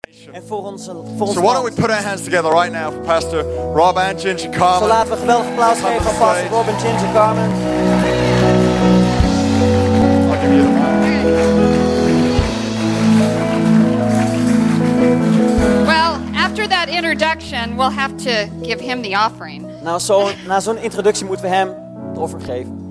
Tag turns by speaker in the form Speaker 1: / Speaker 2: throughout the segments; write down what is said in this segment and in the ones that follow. Speaker 1: En
Speaker 2: mission.
Speaker 1: voor, onze, voor ons
Speaker 2: So why don't we
Speaker 1: land.
Speaker 2: put our hands together right now for Pastor Rob Anchin
Speaker 1: Zo
Speaker 2: Chikama?
Speaker 1: laten we geweldig applaus
Speaker 2: Come
Speaker 1: geven
Speaker 2: to
Speaker 1: aan
Speaker 2: the
Speaker 1: Pastor
Speaker 2: stage.
Speaker 1: Robin Ginger Carmen.
Speaker 2: I'll give you the mic.
Speaker 3: Well, after that introduction, we'll have to give him the offering.
Speaker 1: Nou, zo, na zo'n introductie moeten we hem het offer geven.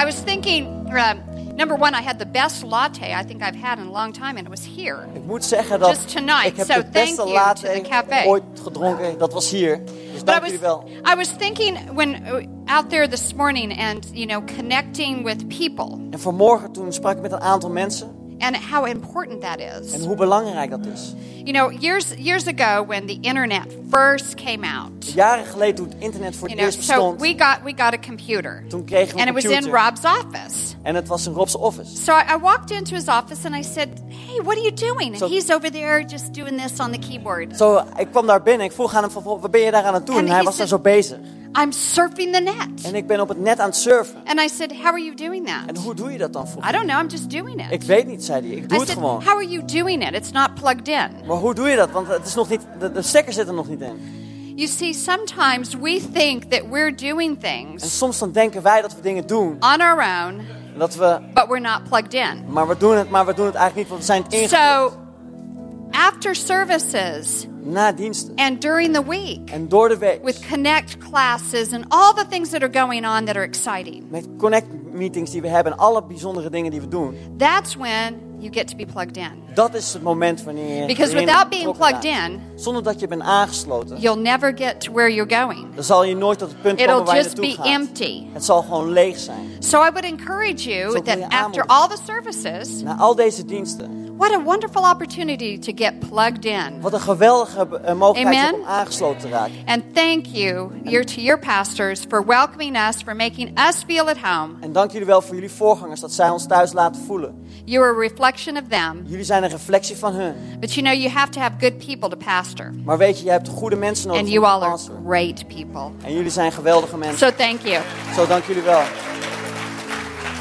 Speaker 3: I was thinking, uh, number one, I had the best latte I think I've had in a long time, and it was here.
Speaker 1: Ik moet zeggen dat
Speaker 3: Just tonight.
Speaker 1: ik heb
Speaker 3: So
Speaker 1: de beste
Speaker 3: thank you
Speaker 1: latte
Speaker 3: to the cafe.
Speaker 1: ooit gedronken. Dat was hier. Dus dank
Speaker 3: I
Speaker 1: jullie
Speaker 3: was,
Speaker 1: wel.
Speaker 3: I was thinking when uh, out there this morning and, you know, connecting with people
Speaker 1: En vanmorgen toen sprak ik met een aantal mensen.
Speaker 3: and how important that
Speaker 1: En
Speaker 3: is.
Speaker 1: hoe belangrijk dat is.
Speaker 3: You know, years, years ago when the internet first came out,
Speaker 1: Jaren geleden toen het internet voor
Speaker 3: you
Speaker 1: het
Speaker 3: know,
Speaker 1: eerst
Speaker 3: so
Speaker 1: bestond.
Speaker 3: we got, we got a computer.
Speaker 1: Toen kregen we een
Speaker 3: And it was in
Speaker 1: computer.
Speaker 3: Rob's office.
Speaker 1: En het was in Rob's office.
Speaker 3: So I, I walked into his office and I said, Hey, what are you doing?
Speaker 1: So-
Speaker 3: and he's over there just doing this on the keyboard.
Speaker 1: Zo, ik kwam daar binnen. Ik vroeg aan hem van, "Wat ben je daar aan het doen?
Speaker 3: En
Speaker 1: En hij
Speaker 3: hij
Speaker 1: was daar
Speaker 3: zegt-
Speaker 1: zo bezig.
Speaker 3: I'm surfing the net.
Speaker 1: En ik ben op het net aan het surfen.
Speaker 3: And I said, How are you doing that?
Speaker 1: En hoe doe je dat dan vroeg?
Speaker 3: I don't know, I'm just doing it.
Speaker 1: Ik weet niet, zei hij. Ik doe
Speaker 3: I
Speaker 1: het
Speaker 3: said,
Speaker 1: gewoon.
Speaker 3: How are you doing it? It's not plugged in.
Speaker 1: Maar hoe doe je dat? Want het is nog niet, de, de stekker zit er nog niet in.
Speaker 3: You see, sometimes we think that we're doing
Speaker 1: En
Speaker 3: things
Speaker 1: soms dan denken wij dat we dingen doen.
Speaker 3: on our own,
Speaker 1: En Dat we,
Speaker 3: but we're not plugged in.
Speaker 1: maar we doen het, maar we doen het eigenlijk niet, want we zijn het ingewikkeld.
Speaker 3: So after services
Speaker 1: Na diensten
Speaker 3: and during the week,
Speaker 1: en door de week.
Speaker 3: with connect classes and all the things that are going on that are exciting,
Speaker 1: Met connect meetings die we hebben en alle bijzondere dingen die we doen.
Speaker 3: that's when you get to be plugged in.
Speaker 1: Dat is het moment wanneer je
Speaker 3: Because
Speaker 1: erin
Speaker 3: without being
Speaker 1: betrokken
Speaker 3: plugged
Speaker 1: raakt.
Speaker 3: in-
Speaker 1: Zonder dat je bent aangesloten.
Speaker 3: You'll never get to where you're going.
Speaker 1: Dan zal je nooit tot het punt komen
Speaker 3: It'll
Speaker 1: waar je
Speaker 3: just
Speaker 1: naartoe
Speaker 3: be
Speaker 1: gaat.
Speaker 3: empty.
Speaker 1: Het zal gewoon leeg zijn.
Speaker 3: So I would encourage
Speaker 1: Zo
Speaker 3: you
Speaker 1: wil
Speaker 3: that
Speaker 1: je
Speaker 3: after
Speaker 1: aanmoedigen.
Speaker 3: all the services,
Speaker 1: Na al deze diensten,
Speaker 3: what a wonderful opportunity to get plugged in.
Speaker 1: wat een geweldige eh, mogelijkheid
Speaker 3: Amen.
Speaker 1: om aangesloten te raken.
Speaker 3: And thank you your, to your pastors for welcoming us, for making us feel at home.
Speaker 1: En dank jullie wel voor jullie voorgangers dat zij ons thuis laten voelen.
Speaker 3: You are a reflection of them.
Speaker 1: Jullie zijn een reflectie van hun.
Speaker 3: But you know, you have to have good people to pastor.
Speaker 1: Maar weet je, je hebt goede mensen nodig
Speaker 3: And
Speaker 1: om
Speaker 3: you
Speaker 1: te
Speaker 3: all are
Speaker 1: pastoren.
Speaker 3: great people.
Speaker 1: En jullie zijn geweldige mensen.
Speaker 3: So thank you.
Speaker 1: Zo, dank jullie wel.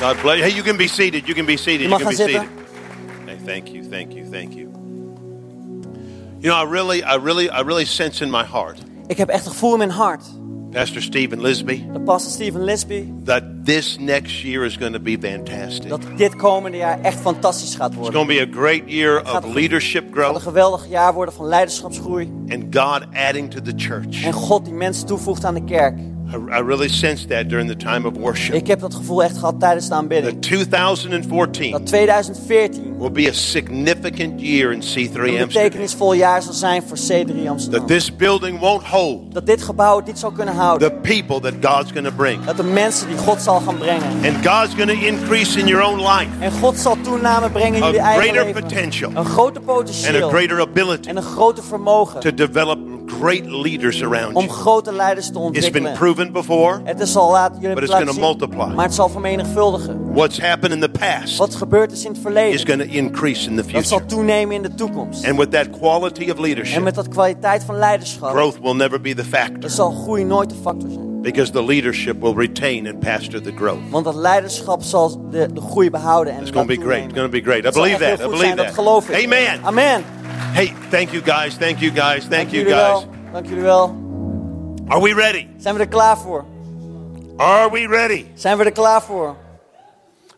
Speaker 4: God bless you. Hey, you can be seated. You can be seated.
Speaker 1: Je
Speaker 4: You
Speaker 1: mag
Speaker 4: can
Speaker 1: gaan
Speaker 4: be seated.
Speaker 1: zitten.
Speaker 4: Hey, thank you, thank you, thank you. You know, I really, I really, I really sense in my heart,
Speaker 1: Ik heb echt het gevoel in mijn hart
Speaker 4: Pastor Stephen Lisby,
Speaker 1: dat pastor Steven Lisby...
Speaker 4: that this next year is going to be fantastic.
Speaker 1: dat dit komende jaar echt fantastisch gaat
Speaker 4: It's
Speaker 1: worden.
Speaker 4: going to be a great year
Speaker 1: Gaat
Speaker 4: of
Speaker 1: een-
Speaker 4: leadership
Speaker 1: Het gaat een
Speaker 4: growth
Speaker 1: geweldig jaar worden van leiderschapsgroei.
Speaker 4: and God adding to the church.
Speaker 1: En God die mensen toevoegt aan de kerk.
Speaker 4: I, I really sense that during the time of worship.
Speaker 1: Ik heb dat gevoel echt gehad tijdens de
Speaker 4: That
Speaker 1: aanbidding. Dat
Speaker 4: 2014
Speaker 1: 2014
Speaker 4: will be a significant year in C3
Speaker 1: een
Speaker 4: Amsterdam.
Speaker 1: betekenisvol jaar zal zijn voor C3
Speaker 4: That
Speaker 1: Amsterdam.
Speaker 4: this building won't hold
Speaker 1: Dat dit gebouw het niet zou kunnen houden.
Speaker 4: the people that God's going to bring.
Speaker 1: Dat de mensen die God zal gaan brengen.
Speaker 4: And God's going to increase in your own life
Speaker 1: En God zal toename brengen in
Speaker 4: A
Speaker 1: jullie eigen
Speaker 4: greater
Speaker 1: leven.
Speaker 4: potential.
Speaker 1: Een groter
Speaker 4: and a
Speaker 1: potentieel.
Speaker 4: greater ability
Speaker 1: En een groter
Speaker 4: to
Speaker 1: vermogen
Speaker 4: develop great leaders around
Speaker 1: om
Speaker 4: you.
Speaker 1: grote leiders te
Speaker 4: It's been
Speaker 1: ontwikkelen.
Speaker 4: proven before.
Speaker 1: Het is al laat, jullie hebben
Speaker 4: But
Speaker 1: het
Speaker 4: it's
Speaker 1: laten
Speaker 4: gonna
Speaker 1: zien,
Speaker 4: multiply.
Speaker 1: maar het zal vermenigvuldigen.
Speaker 4: What's happened in the past
Speaker 1: Wat gebeurd is in het
Speaker 4: is
Speaker 1: verleden,
Speaker 4: going to increase in the
Speaker 1: dat zal
Speaker 4: future.
Speaker 1: toenemen in de toekomst.
Speaker 4: And with that quality of
Speaker 1: En
Speaker 4: leadership,
Speaker 1: met dat kwaliteit van leiderschap,
Speaker 4: growth will never be the factor
Speaker 1: dan zal groei nooit de factor zijn.
Speaker 4: because the leadership will retain and pastor the growth.
Speaker 1: Want dat leiderschap zal de, de groei behouden en
Speaker 4: It's going to be
Speaker 1: laten
Speaker 4: great. It's
Speaker 1: toenemen.
Speaker 4: going to be great. I
Speaker 1: Het zal
Speaker 4: believe
Speaker 1: echt heel
Speaker 4: that. I
Speaker 1: goed
Speaker 4: believe
Speaker 1: zijn,
Speaker 4: that.
Speaker 1: Dat geloof ik.
Speaker 4: Amen.
Speaker 1: Amen.
Speaker 4: Hey, thank you guys. Thank you guys. Thank you
Speaker 1: jullie
Speaker 4: guys.
Speaker 1: wel. Dank jullie wel.
Speaker 4: Are we ready?
Speaker 1: Zijn we er klaar voor?
Speaker 4: Are we ready?
Speaker 1: Zijn we er klaar voor?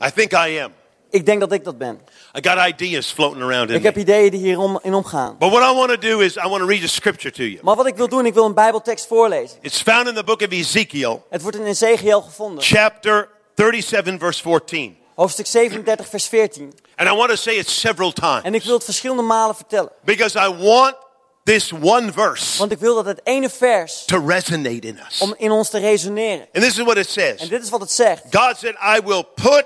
Speaker 4: I think I am.
Speaker 1: Ik denk dat ik dat ben.
Speaker 4: I got ideas floating around in
Speaker 1: Ik heb
Speaker 4: me.
Speaker 1: ideeën die hier om, in omgaan.
Speaker 4: But what I want to do is I want to read a scripture to you.
Speaker 1: Maar wat ik wil doen, ik wil een bijbeltekst voorlezen.
Speaker 4: It's found in the book of Ezekiel,
Speaker 1: Het wordt in Ezekiel gevonden.
Speaker 4: chapter 37, verse 14.
Speaker 1: Hoofdstuk 37, vers 14.
Speaker 4: And I want to say it several
Speaker 1: En ik
Speaker 4: times
Speaker 1: wil het verschillende malen vertellen.
Speaker 4: because I want this one verse
Speaker 1: Want ik wil dat het ene vers
Speaker 4: to resonate in us.
Speaker 1: om in ons te resoneren.
Speaker 4: And this is what it
Speaker 1: En
Speaker 4: says
Speaker 1: dit is wat het zegt.
Speaker 4: God said, I will put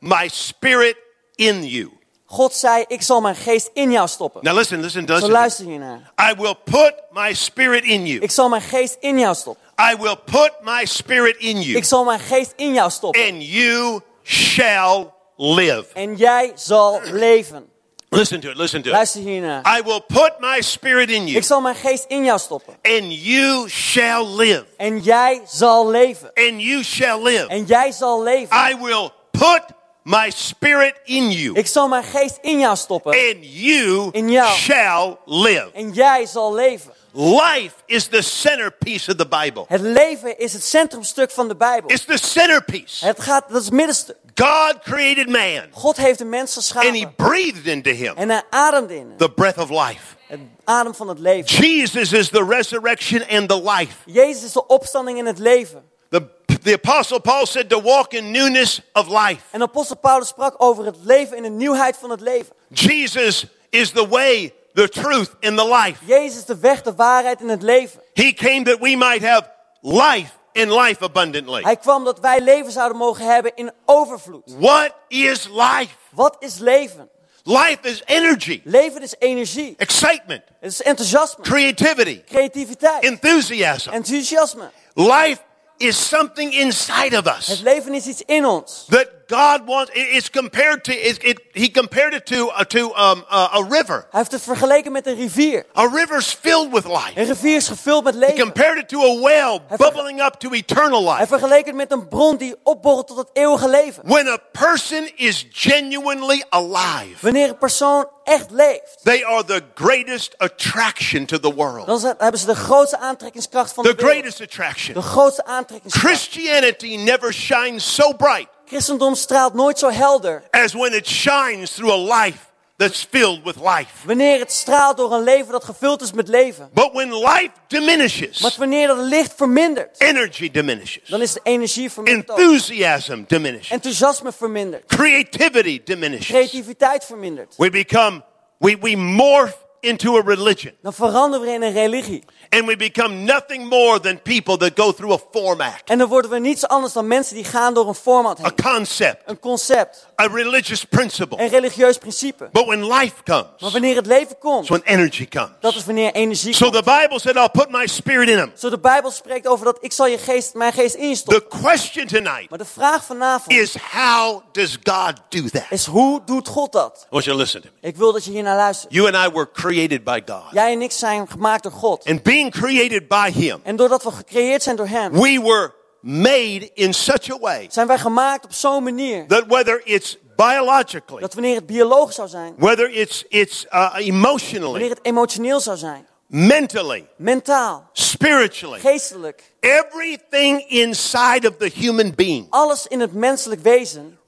Speaker 4: my spirit in you.
Speaker 1: God zei, ik zal mijn geest in jou stoppen.
Speaker 4: Now listen, listen,
Speaker 1: Zo
Speaker 4: listen.
Speaker 1: luister je naar.
Speaker 4: I will put my spirit in you.
Speaker 1: Ik zal mijn geest in jou stoppen.
Speaker 4: I will put my spirit in you.
Speaker 1: Ik zal mijn geest in jou stoppen.
Speaker 4: And you shall live.
Speaker 1: En jij zal leven.
Speaker 4: Listen to it, listen to it.
Speaker 1: Luister hiernaar.
Speaker 4: I will put my spirit in you.
Speaker 1: Ik zal mijn geest in jou stoppen.
Speaker 4: and you shall live.
Speaker 1: En jij zal leven.
Speaker 4: And you shall live. Ah,
Speaker 1: En jij zal leven.
Speaker 4: I will put my spirit in you,
Speaker 1: Ik zal mijn geest in jou stoppen
Speaker 4: and you
Speaker 1: In jou.
Speaker 4: shall live.
Speaker 1: en jij zal leven.
Speaker 4: Life is the centerpiece of the Bible.
Speaker 1: Het leven is het centrumstuk van de Bijbel.
Speaker 4: It's the centerpiece.
Speaker 1: Het gaat, dat is het middenstuk.
Speaker 4: God created man,
Speaker 1: God heeft de mens
Speaker 4: and he
Speaker 1: geschapen
Speaker 4: breathed into him
Speaker 1: en hij ademde in hem.
Speaker 4: the breath of life.
Speaker 1: Het adem van het leven.
Speaker 4: Jesus is the resurrection and the life.
Speaker 1: Jezus is de opstanding in het leven.
Speaker 4: The, the Apostle Paul said to walk in newness of life.
Speaker 1: En apostel Paulus sprak over het leven in de nieuwheid van het leven.
Speaker 4: Jesus is the way, the truth, and the life.
Speaker 1: Jezus is de weg, de waarheid en het leven.
Speaker 4: He came that we might have life and life abundantly.
Speaker 1: Hij kwam dat wij leven zouden mogen hebben in overvloed.
Speaker 4: What is life?
Speaker 1: Wat is leven?
Speaker 4: Life is energy,
Speaker 1: Leven is energie.
Speaker 4: excitement,
Speaker 1: Het is enthousiasme,
Speaker 4: creativity,
Speaker 1: creativiteit,
Speaker 4: enthusiasm.
Speaker 1: enthousiasme.
Speaker 4: Life is something inside of
Speaker 1: Het
Speaker 4: us
Speaker 1: leven is iets in ons.
Speaker 4: that God wants. it- It's compared to. It, it, he compared it to uh, to um, uh, a river.
Speaker 1: Hij heeft het vergeleken met een rivier.
Speaker 4: A river's filled with life.
Speaker 1: Een rivier is gevuld met
Speaker 4: He
Speaker 1: leven.
Speaker 4: compared it to a well
Speaker 1: Hij ver-
Speaker 4: bubbling up to eternal
Speaker 1: Hij
Speaker 4: life.
Speaker 1: vergeleek het met een bron die opborrelt tot het eeuwige leven.
Speaker 4: When a person is genuinely alive,
Speaker 1: Wanneer een persoon echt leeft,
Speaker 4: they are the greatest attraction to the world.
Speaker 1: dan zijn- hebben ze de grootste aantrekkingskracht van de
Speaker 4: The
Speaker 1: wereld.
Speaker 4: greatest attraction.
Speaker 1: De grootste aantrekkingskracht.
Speaker 4: Christianity never shines so bright
Speaker 1: Christendom straalt nooit zo helder.
Speaker 4: as when it shines through a life that's filled with life.
Speaker 1: Wanneer het straalt door een leven dat gevuld is met leven.
Speaker 4: But when life
Speaker 1: Maar
Speaker 4: diminishes,
Speaker 1: wanneer dat licht vermindert,
Speaker 4: energy diminishes,
Speaker 1: dan is de energie verminderd. ook.
Speaker 4: enthusiasm diminishes,
Speaker 1: Enthousiasme vermindert.
Speaker 4: creativity diminishes.
Speaker 1: Creativiteit vermindert.
Speaker 4: We become, we, we morph into a religion.
Speaker 1: Dan veranderen we in een religie.
Speaker 4: And we become nothing more than people that go through a format,
Speaker 1: En dan worden we niets anders dan mensen die gaan door een format
Speaker 4: a
Speaker 1: heen.
Speaker 4: concept,
Speaker 1: Een concept.
Speaker 4: a religious principle.
Speaker 1: Een religieus principe.
Speaker 4: But when life comes,
Speaker 1: Maar
Speaker 4: it's
Speaker 1: wanneer het leven komt,
Speaker 4: when energy comes.
Speaker 1: dat is wanneer energie
Speaker 4: So
Speaker 1: komt.
Speaker 4: the Bible said, I'll put my spirit in them.
Speaker 1: Zo de Bijbel spreekt over dat ik zal je geest, mijn geest
Speaker 4: The
Speaker 1: instoppen.
Speaker 4: question tonight
Speaker 1: Maar de vraag vanavond
Speaker 4: is how does God do that? I
Speaker 1: is hoe doet God dat?
Speaker 4: want you to listen to me.
Speaker 1: Ik wil dat je hiernaar luistert.
Speaker 4: You and I were created by God.
Speaker 1: Jij en ik zijn gemaakt door God.
Speaker 4: And being created by Him,
Speaker 1: En doordat we gecreëerd zijn door Hem,
Speaker 4: we were made in such a way
Speaker 1: zijn wij gemaakt op zo'n manier
Speaker 4: that whether it's biologically,
Speaker 1: dat wanneer het biologisch zou zijn,
Speaker 4: whether it's, it's uh,
Speaker 1: wanneer
Speaker 4: emotionally,
Speaker 1: het emotioneel zou zijn,
Speaker 4: mentally,
Speaker 1: mentaal,
Speaker 4: spiritually,
Speaker 1: geestelijk,
Speaker 4: everything inside of the human being
Speaker 1: alles in het menselijk wezen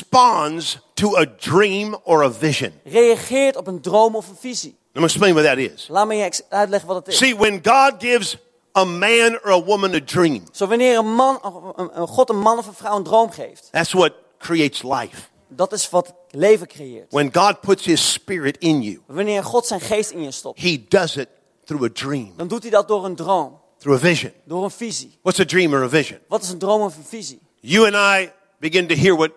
Speaker 4: responds to a dream or a vision.
Speaker 1: reageert op een droom of een visie.
Speaker 4: Let me explain what that is.
Speaker 1: Laat me je ex- uitleggen wat het is.
Speaker 4: See, when God gives a man or a woman a dream,
Speaker 1: Zo wanneer een man, of een- een God een man of een vrouw een droom geeft,
Speaker 4: That's what creates life.
Speaker 1: dat is wat leven creëert.
Speaker 4: When God puts His Spirit in you,
Speaker 1: Wanneer God zijn geest in je stopt,
Speaker 4: He does it through a dream,
Speaker 1: dan doet hij dat door een droom,
Speaker 4: through a vision.
Speaker 1: door een visie.
Speaker 4: What's a dream or a vision?
Speaker 1: Wat is een droom of een visie?
Speaker 4: You and I begin to hear what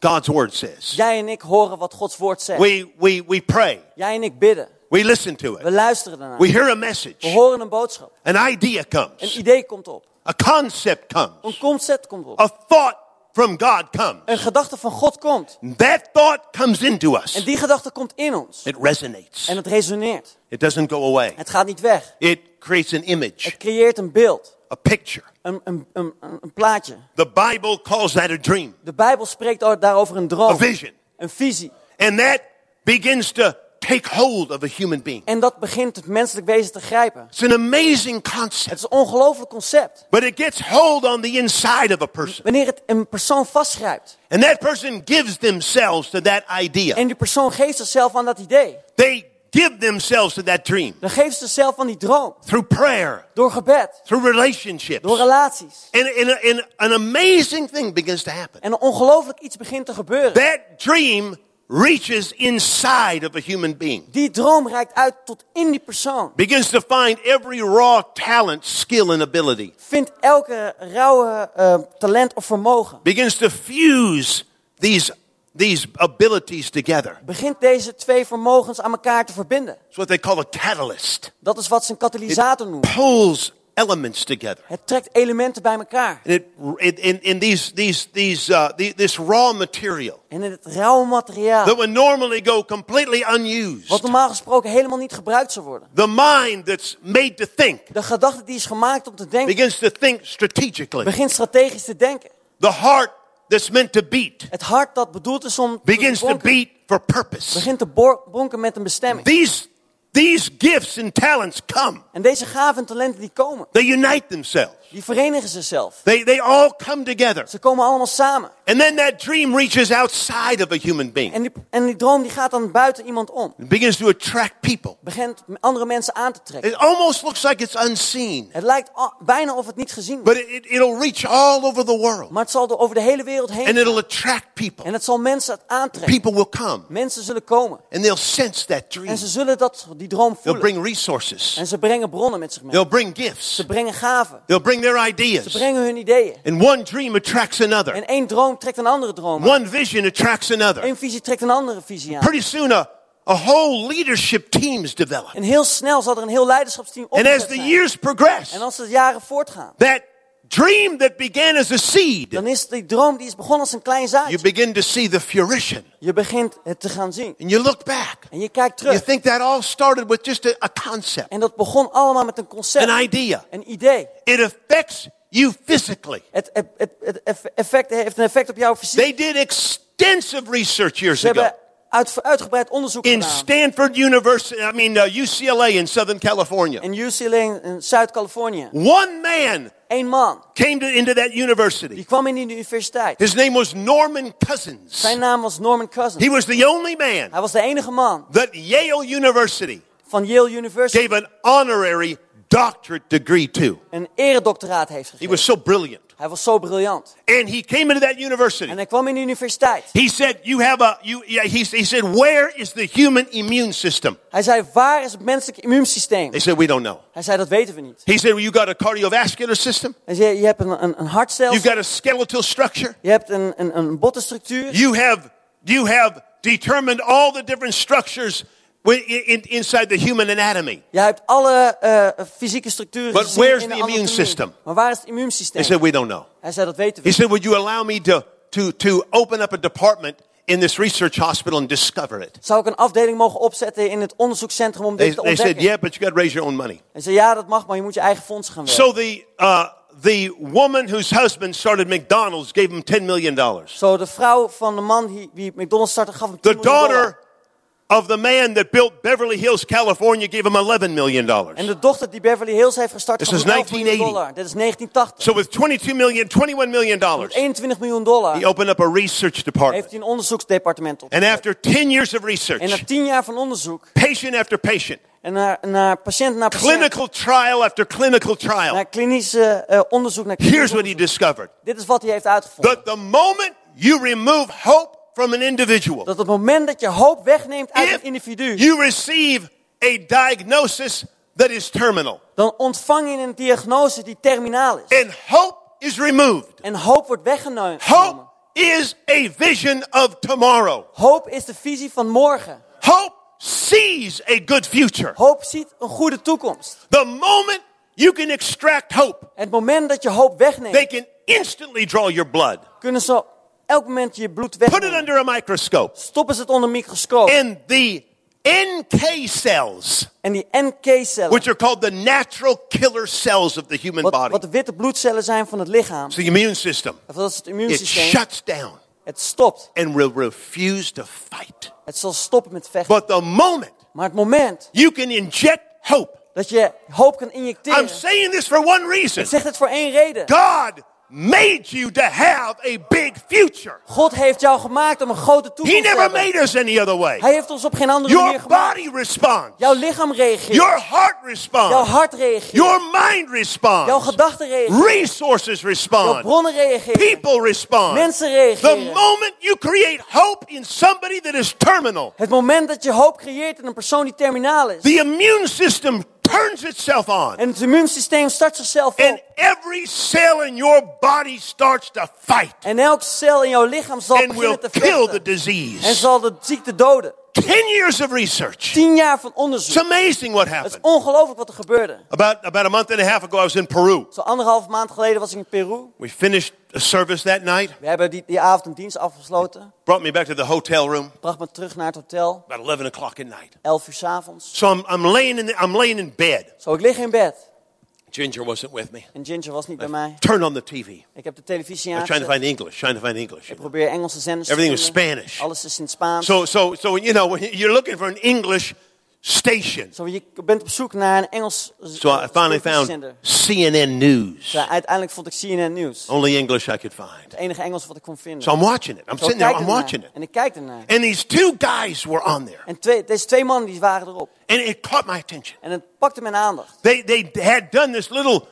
Speaker 4: God's Word says.
Speaker 1: Jij en ik horen wat Gods woord zegt.
Speaker 4: We, we, we pray,
Speaker 1: Jij en ik bidden.
Speaker 4: we listen to
Speaker 1: We
Speaker 4: it,
Speaker 1: luisteren daarnaar.
Speaker 4: we hear a message,
Speaker 1: We horen een boodschap.
Speaker 4: an idea
Speaker 1: Een
Speaker 4: comes,
Speaker 1: idee komt op.
Speaker 4: a concept comes,
Speaker 1: Een concept komt op.
Speaker 4: a thought from God comes.
Speaker 1: Een gedachte van God komt.
Speaker 4: That thought comes into
Speaker 1: En
Speaker 4: us,
Speaker 1: die gedachte komt in ons.
Speaker 4: it
Speaker 1: En
Speaker 4: resonates,
Speaker 1: het resoneert.
Speaker 4: it doesn't go away,
Speaker 1: Het gaat niet weg.
Speaker 4: it creates an
Speaker 1: Het
Speaker 4: image,
Speaker 1: creëert een beeld.
Speaker 4: a picture.
Speaker 1: Een, een, een, een een plaatje.
Speaker 4: The Bible calls that a dream.
Speaker 1: De Bijbel spreekt o- daarover een
Speaker 4: a
Speaker 1: droom.
Speaker 4: vision.
Speaker 1: Een visie.
Speaker 4: And that begins to take hold of a human being.
Speaker 1: En dat begint het menselijk wezen te grijpen.
Speaker 4: It's an amazing
Speaker 1: Het is
Speaker 4: concept,
Speaker 1: een ongelooflijk concept.
Speaker 4: but it gets hold on the inside of a person.
Speaker 1: Wanneer het een persoon vastgrijpt.
Speaker 4: And that person gives themselves to that idea.
Speaker 1: En die persoon geeft zichzelf aan dat idee.
Speaker 4: They give themselves to that dream
Speaker 1: Dan geeft ze zichzelf aan die droom.
Speaker 4: through prayer,
Speaker 1: Door gebed.
Speaker 4: through relationships.
Speaker 1: Door relaties.
Speaker 4: And, and, and an amazing thing begins to happen.
Speaker 1: En een ongelooflijk iets begint te gebeuren.
Speaker 4: That dream reaches inside of a human being,
Speaker 1: Die droom reikt uit tot in die persoon.
Speaker 4: begins to find every raw talent, skill, and ability.
Speaker 1: Vindt elke rauwe eh, talent of vermogen.
Speaker 4: begins to fuse these, these abilities together.
Speaker 1: Begint deze twee vermogens aan elkaar te verbinden.
Speaker 4: It's what they call a catalyst.
Speaker 1: Dat is wat ze een
Speaker 4: It
Speaker 1: katalysator noemen.
Speaker 4: pulls elements together.
Speaker 1: Het trekt elementen bij elkaar.
Speaker 4: And it, it, in, in these, these, these, uh, the, this raw material
Speaker 1: En in het rauwe materiaal,
Speaker 4: that would normally go completely unused.
Speaker 1: wat normaal gesproken helemaal niet gebruikt zou worden.
Speaker 4: The mind that's made to think
Speaker 1: De gedachte die is gemaakt om te denken,
Speaker 4: begins to think strategically.
Speaker 1: begint strategisch te denken.
Speaker 4: The heart that's meant to beat
Speaker 1: Het hart dat bedoeld is om te
Speaker 4: begins to
Speaker 1: bonken,
Speaker 4: beat for purpose.
Speaker 1: begint te bor- bonken met een bestemming.
Speaker 4: These, these gifts and talents come,
Speaker 1: En deze gaven en talenten die komen,
Speaker 4: they unite themselves,
Speaker 1: die verenigen zichzelf.
Speaker 4: they, they all come together.
Speaker 1: Ze komen allemaal samen.
Speaker 4: And then that dream reaches outside of a human being
Speaker 1: En die, en die droom die gaat dan buiten iemand om.
Speaker 4: and begins to attract people.
Speaker 1: Begint andere mensen aan te trekken.
Speaker 4: It almost looks like it's unseen,
Speaker 1: Het lijkt a- bijna of het niet gezien wordt.
Speaker 4: but it, it'll reach all over the world
Speaker 1: Maar het zal door over de hele wereld heen
Speaker 4: and it'll
Speaker 1: gaan.
Speaker 4: attract
Speaker 1: En
Speaker 4: people.
Speaker 1: het zal mensen aantrekken.
Speaker 4: People will come
Speaker 1: Mensen zullen komen.
Speaker 4: and they'll sense that dream.
Speaker 1: En ze zullen dat, die droom
Speaker 4: They'll
Speaker 1: voelen.
Speaker 4: bring resources,
Speaker 1: En ze brengen bronnen met zich mee.
Speaker 4: they'll bring gifts,
Speaker 1: Ze brengen gaven.
Speaker 4: they'll bring their
Speaker 1: Ze
Speaker 4: ideas.
Speaker 1: brengen hun ideeën.
Speaker 4: And one dream attracts another,
Speaker 1: En één droom trekt een andere droom aan.
Speaker 4: one vision attracts another.
Speaker 1: Eén visie trekt een andere visie aan.
Speaker 4: Pretty soon, a, a whole leadership team's developed.
Speaker 1: En heel snel zal er een heel leiderschapsteam
Speaker 4: And
Speaker 1: opgezet
Speaker 4: as the
Speaker 1: zijn.
Speaker 4: years progress,
Speaker 1: En als de jaren voortgaan,
Speaker 4: that dream that began as a seed,
Speaker 1: dan is die droom die is begonnen als een klein
Speaker 4: you
Speaker 1: zaadje.
Speaker 4: begin to see the fruition.
Speaker 1: Je begint het te gaan zien.
Speaker 4: And you look back.
Speaker 1: En je kijkt
Speaker 4: You
Speaker 1: terug.
Speaker 4: think that all started with just a, a concept,
Speaker 1: En dat begon allemaal met een
Speaker 4: an
Speaker 1: concept.
Speaker 4: idea.
Speaker 1: Een idee.
Speaker 4: It affects you physically.
Speaker 1: Het, het, het, het eff- effect heeft een effect op jouw fysiek.
Speaker 4: They did extensive research years
Speaker 1: Ze
Speaker 4: ago
Speaker 1: hebben uit, uitgebreid onderzoek
Speaker 4: in
Speaker 1: gedaan.
Speaker 4: Stanford University, I mean, uh, UCLA in Southern California.
Speaker 1: In UCLA in, in Zuid-Californië.
Speaker 4: One man
Speaker 1: Eén man.
Speaker 4: came to, into that
Speaker 1: Die
Speaker 4: university.
Speaker 1: kwam in die universiteit.
Speaker 4: His name was Norman Cousins.
Speaker 1: Zijn naam was Norman
Speaker 4: He
Speaker 1: Cousins.
Speaker 4: was the only man
Speaker 1: Hij was de enige man
Speaker 4: that Yale University
Speaker 1: van Yale University.
Speaker 4: gave an honorary doctorate degree to.
Speaker 1: Een eredoctoraat heeft
Speaker 4: He
Speaker 1: gegeven.
Speaker 4: was so brilliant.
Speaker 1: Hij was zo briljant.
Speaker 4: And he came into that university.
Speaker 1: En hij kwam in de universiteit.
Speaker 4: He said, "You have a you." Yeah, he, he said, "Where is the human immune system?"
Speaker 1: Hij zei, waar is het menselijk immuunsysteem?
Speaker 4: They said, "We don't know."
Speaker 1: Hij zei, dat weten we niet.
Speaker 4: He said, well, "You got a cardiovascular system.
Speaker 1: Hij zei, je hebt een, een, een
Speaker 4: You've
Speaker 1: hartstelsel.
Speaker 4: got a skeletal structure.
Speaker 1: Je hebt een, een, een bottenstructuur.
Speaker 4: You have you have determined all the different structures wi- in, in, inside the human anatomy."
Speaker 1: Je hebt alle eh, fysieke structuren
Speaker 4: But
Speaker 1: gezien
Speaker 4: where's
Speaker 1: in
Speaker 4: the
Speaker 1: de
Speaker 4: immune
Speaker 1: anatomie.
Speaker 4: system?
Speaker 1: Maar waar is het
Speaker 4: They
Speaker 1: immuunsysteem?
Speaker 4: said, "We don't know."
Speaker 1: Hij zei, dat weten we
Speaker 4: He
Speaker 1: niet.
Speaker 4: said, "Would you allow me to to to open up a department in this research hospital and discover it?"
Speaker 1: Zou ik een afdeling mogen opzetten in het onderzoekscentrum om dit
Speaker 4: They,
Speaker 1: te
Speaker 4: they said,
Speaker 1: ontdekken?
Speaker 4: "Yeah, but you got to raise your own money."
Speaker 1: Hij zei, ja, dat mag, maar je moet je eigen fonds gaan werken.
Speaker 4: So the uh, the woman whose husband started McDonald's gave him ten million dollars.
Speaker 1: Zo, de vrouw van de man die, die McDonald's startte gaf hem 10
Speaker 4: The
Speaker 1: miljoen
Speaker 4: daughter
Speaker 1: dollar.
Speaker 4: of the man that built Beverly Hills, California, gave him $11 million.
Speaker 1: En de dochter die Beverly Hills heeft gestart
Speaker 4: This
Speaker 1: gaf
Speaker 4: is dus
Speaker 1: hem 11 miljoen
Speaker 4: 1980.
Speaker 1: dollar. Dit is 1980.
Speaker 4: So with $22 million, $21 million,
Speaker 1: 21 miljoen dollar
Speaker 4: he opened up a research
Speaker 1: heeft
Speaker 4: department.
Speaker 1: hij een onderzoeksdepartement op.
Speaker 4: And after 10 years
Speaker 1: En
Speaker 4: of
Speaker 1: na
Speaker 4: research,
Speaker 1: 10 jaar van onderzoek
Speaker 4: patient after patient,
Speaker 1: en naar, naar patiënt naar patiënt,
Speaker 4: clinical trial after clinical trial,
Speaker 1: naar klinische eh, onderzoek naar klinisch
Speaker 4: here's what he
Speaker 1: onderzoek.
Speaker 4: discovered.
Speaker 1: Dit is wat hij heeft uitgevonden.
Speaker 4: That the moment you remove hope from an individual,
Speaker 1: Dat op het moment dat je hoop wegneemt uit een
Speaker 4: if
Speaker 1: individu,
Speaker 4: you receive a diagnosis that is terminal
Speaker 1: dan ontvang je een diagnose die terminaal is.
Speaker 4: and hope is removed,
Speaker 1: En hoop wordt weggenomen.
Speaker 4: hope is a vision of tomorrow.
Speaker 1: Hoop is de visie van morgen.
Speaker 4: Hope sees a good future.
Speaker 1: Hoop ziet een goede toekomst.
Speaker 4: The moment you can extract hope,
Speaker 1: En het moment dat je hoop wegneemt,
Speaker 4: they can instantly draw your blood,
Speaker 1: kunnen ze elk moment je bloed
Speaker 4: put it
Speaker 1: wegnemen.
Speaker 4: under a microscope,
Speaker 1: Stoppen ze het onder een microscoop.
Speaker 4: and the NK cells,
Speaker 1: en die NK-cellen,
Speaker 4: which are called the natural killer cells of the human
Speaker 1: wat,
Speaker 4: body,
Speaker 1: wat de witte bloedcellen zijn van het lichaam,
Speaker 4: it's the immune system,
Speaker 1: of dat is het
Speaker 4: it
Speaker 1: immuunsysteem,
Speaker 4: shuts down
Speaker 1: het stopt.
Speaker 4: and will refuse to fight.
Speaker 1: Het zal stoppen met vechten.
Speaker 4: But the moment
Speaker 1: Maar het moment
Speaker 4: you can inject hope,
Speaker 1: dat je hoop kan
Speaker 4: I'm
Speaker 1: injecteren,
Speaker 4: saying this for one reason.
Speaker 1: ik zeg dit voor één reden.
Speaker 4: God made you to have a big future.
Speaker 1: God heeft jou gemaakt om een grote
Speaker 4: He
Speaker 1: toekomst te
Speaker 4: never
Speaker 1: hebben.
Speaker 4: made us any other way.
Speaker 1: Hij heeft ons op geen andere
Speaker 4: Your
Speaker 1: manier gemaakt.
Speaker 4: body responds.
Speaker 1: Jouw lichaam reageert.
Speaker 4: Your heart
Speaker 1: jouw
Speaker 4: responds.
Speaker 1: hart reageert.
Speaker 4: Your mind
Speaker 1: jouw
Speaker 4: responds.
Speaker 1: gedachten reageren.
Speaker 4: Resources
Speaker 1: Jouw
Speaker 4: respond.
Speaker 1: bronnen reageren.
Speaker 4: People respond.
Speaker 1: Mensen
Speaker 4: The
Speaker 1: reageren.
Speaker 4: moment you create hope in somebody that is terminal,
Speaker 1: Het moment dat je hoop creëert in een persoon die terminaal is.
Speaker 4: the immune system turns itself on.
Speaker 1: En het immuunsysteem start zichzelf op.
Speaker 4: And every cell in your body starts to fight
Speaker 1: en elk cel in jouw lichaam zal
Speaker 4: and will
Speaker 1: beginnen te
Speaker 4: kill the
Speaker 1: vechten. En
Speaker 4: disease.
Speaker 1: zal de ziekte doden.
Speaker 4: Ten years of research.
Speaker 1: Tien jaar van
Speaker 4: It's
Speaker 1: onderzoek.
Speaker 4: amazing what
Speaker 1: Het is
Speaker 4: happened.
Speaker 1: ongelooflijk wat er gebeurde.
Speaker 4: About, about a month and a half ago, I was in Peru.
Speaker 1: Zo anderhalf maand geleden was ik in Peru.
Speaker 4: We finished a service that night,
Speaker 1: We hebben die, die avond een dienst afgesloten.
Speaker 4: brought me back to the hotel room
Speaker 1: Bracht me terug naar het hotel.
Speaker 4: about 11 o'clock at night.
Speaker 1: Elf uur s'avonds.
Speaker 4: So I'm, I'm, laying in the, I'm laying in bed.
Speaker 1: Zo, ik lig in bed.
Speaker 4: Ginger wasn't with me.
Speaker 1: En Ginger was niet bij mij.
Speaker 4: Turn on the TV.
Speaker 1: Ik heb de televisie
Speaker 4: I was trying
Speaker 1: aangezet.
Speaker 4: to find English, trying to find English. you
Speaker 1: Ik
Speaker 4: know.
Speaker 1: probeer Engelse zenders te
Speaker 4: Everything was
Speaker 1: vinden.
Speaker 4: Spanish.
Speaker 1: Alles is in het Spaans.
Speaker 4: So, so, so you know, when you're looking for an English station.
Speaker 1: Zo, je bent op zoek naar een Engels
Speaker 4: So I finally found
Speaker 1: zender.
Speaker 4: CNN News.
Speaker 1: Ja, uiteindelijk vond ik CNN Nieuws. Het
Speaker 4: Only English I could find.
Speaker 1: enige Engels wat ik kon vinden.
Speaker 4: Oh. So I'm watching it. I'm
Speaker 1: Zo, ik
Speaker 4: sitting there,
Speaker 1: kijk
Speaker 4: I'm
Speaker 1: ernaar.
Speaker 4: watching it.
Speaker 1: En ik kijk ernaar.
Speaker 4: And these two guys were on there.
Speaker 1: En twee, deze twee mannen die waren erop.
Speaker 4: And it caught my attention.
Speaker 1: En het pakte mijn aandacht.
Speaker 4: They, they had done this little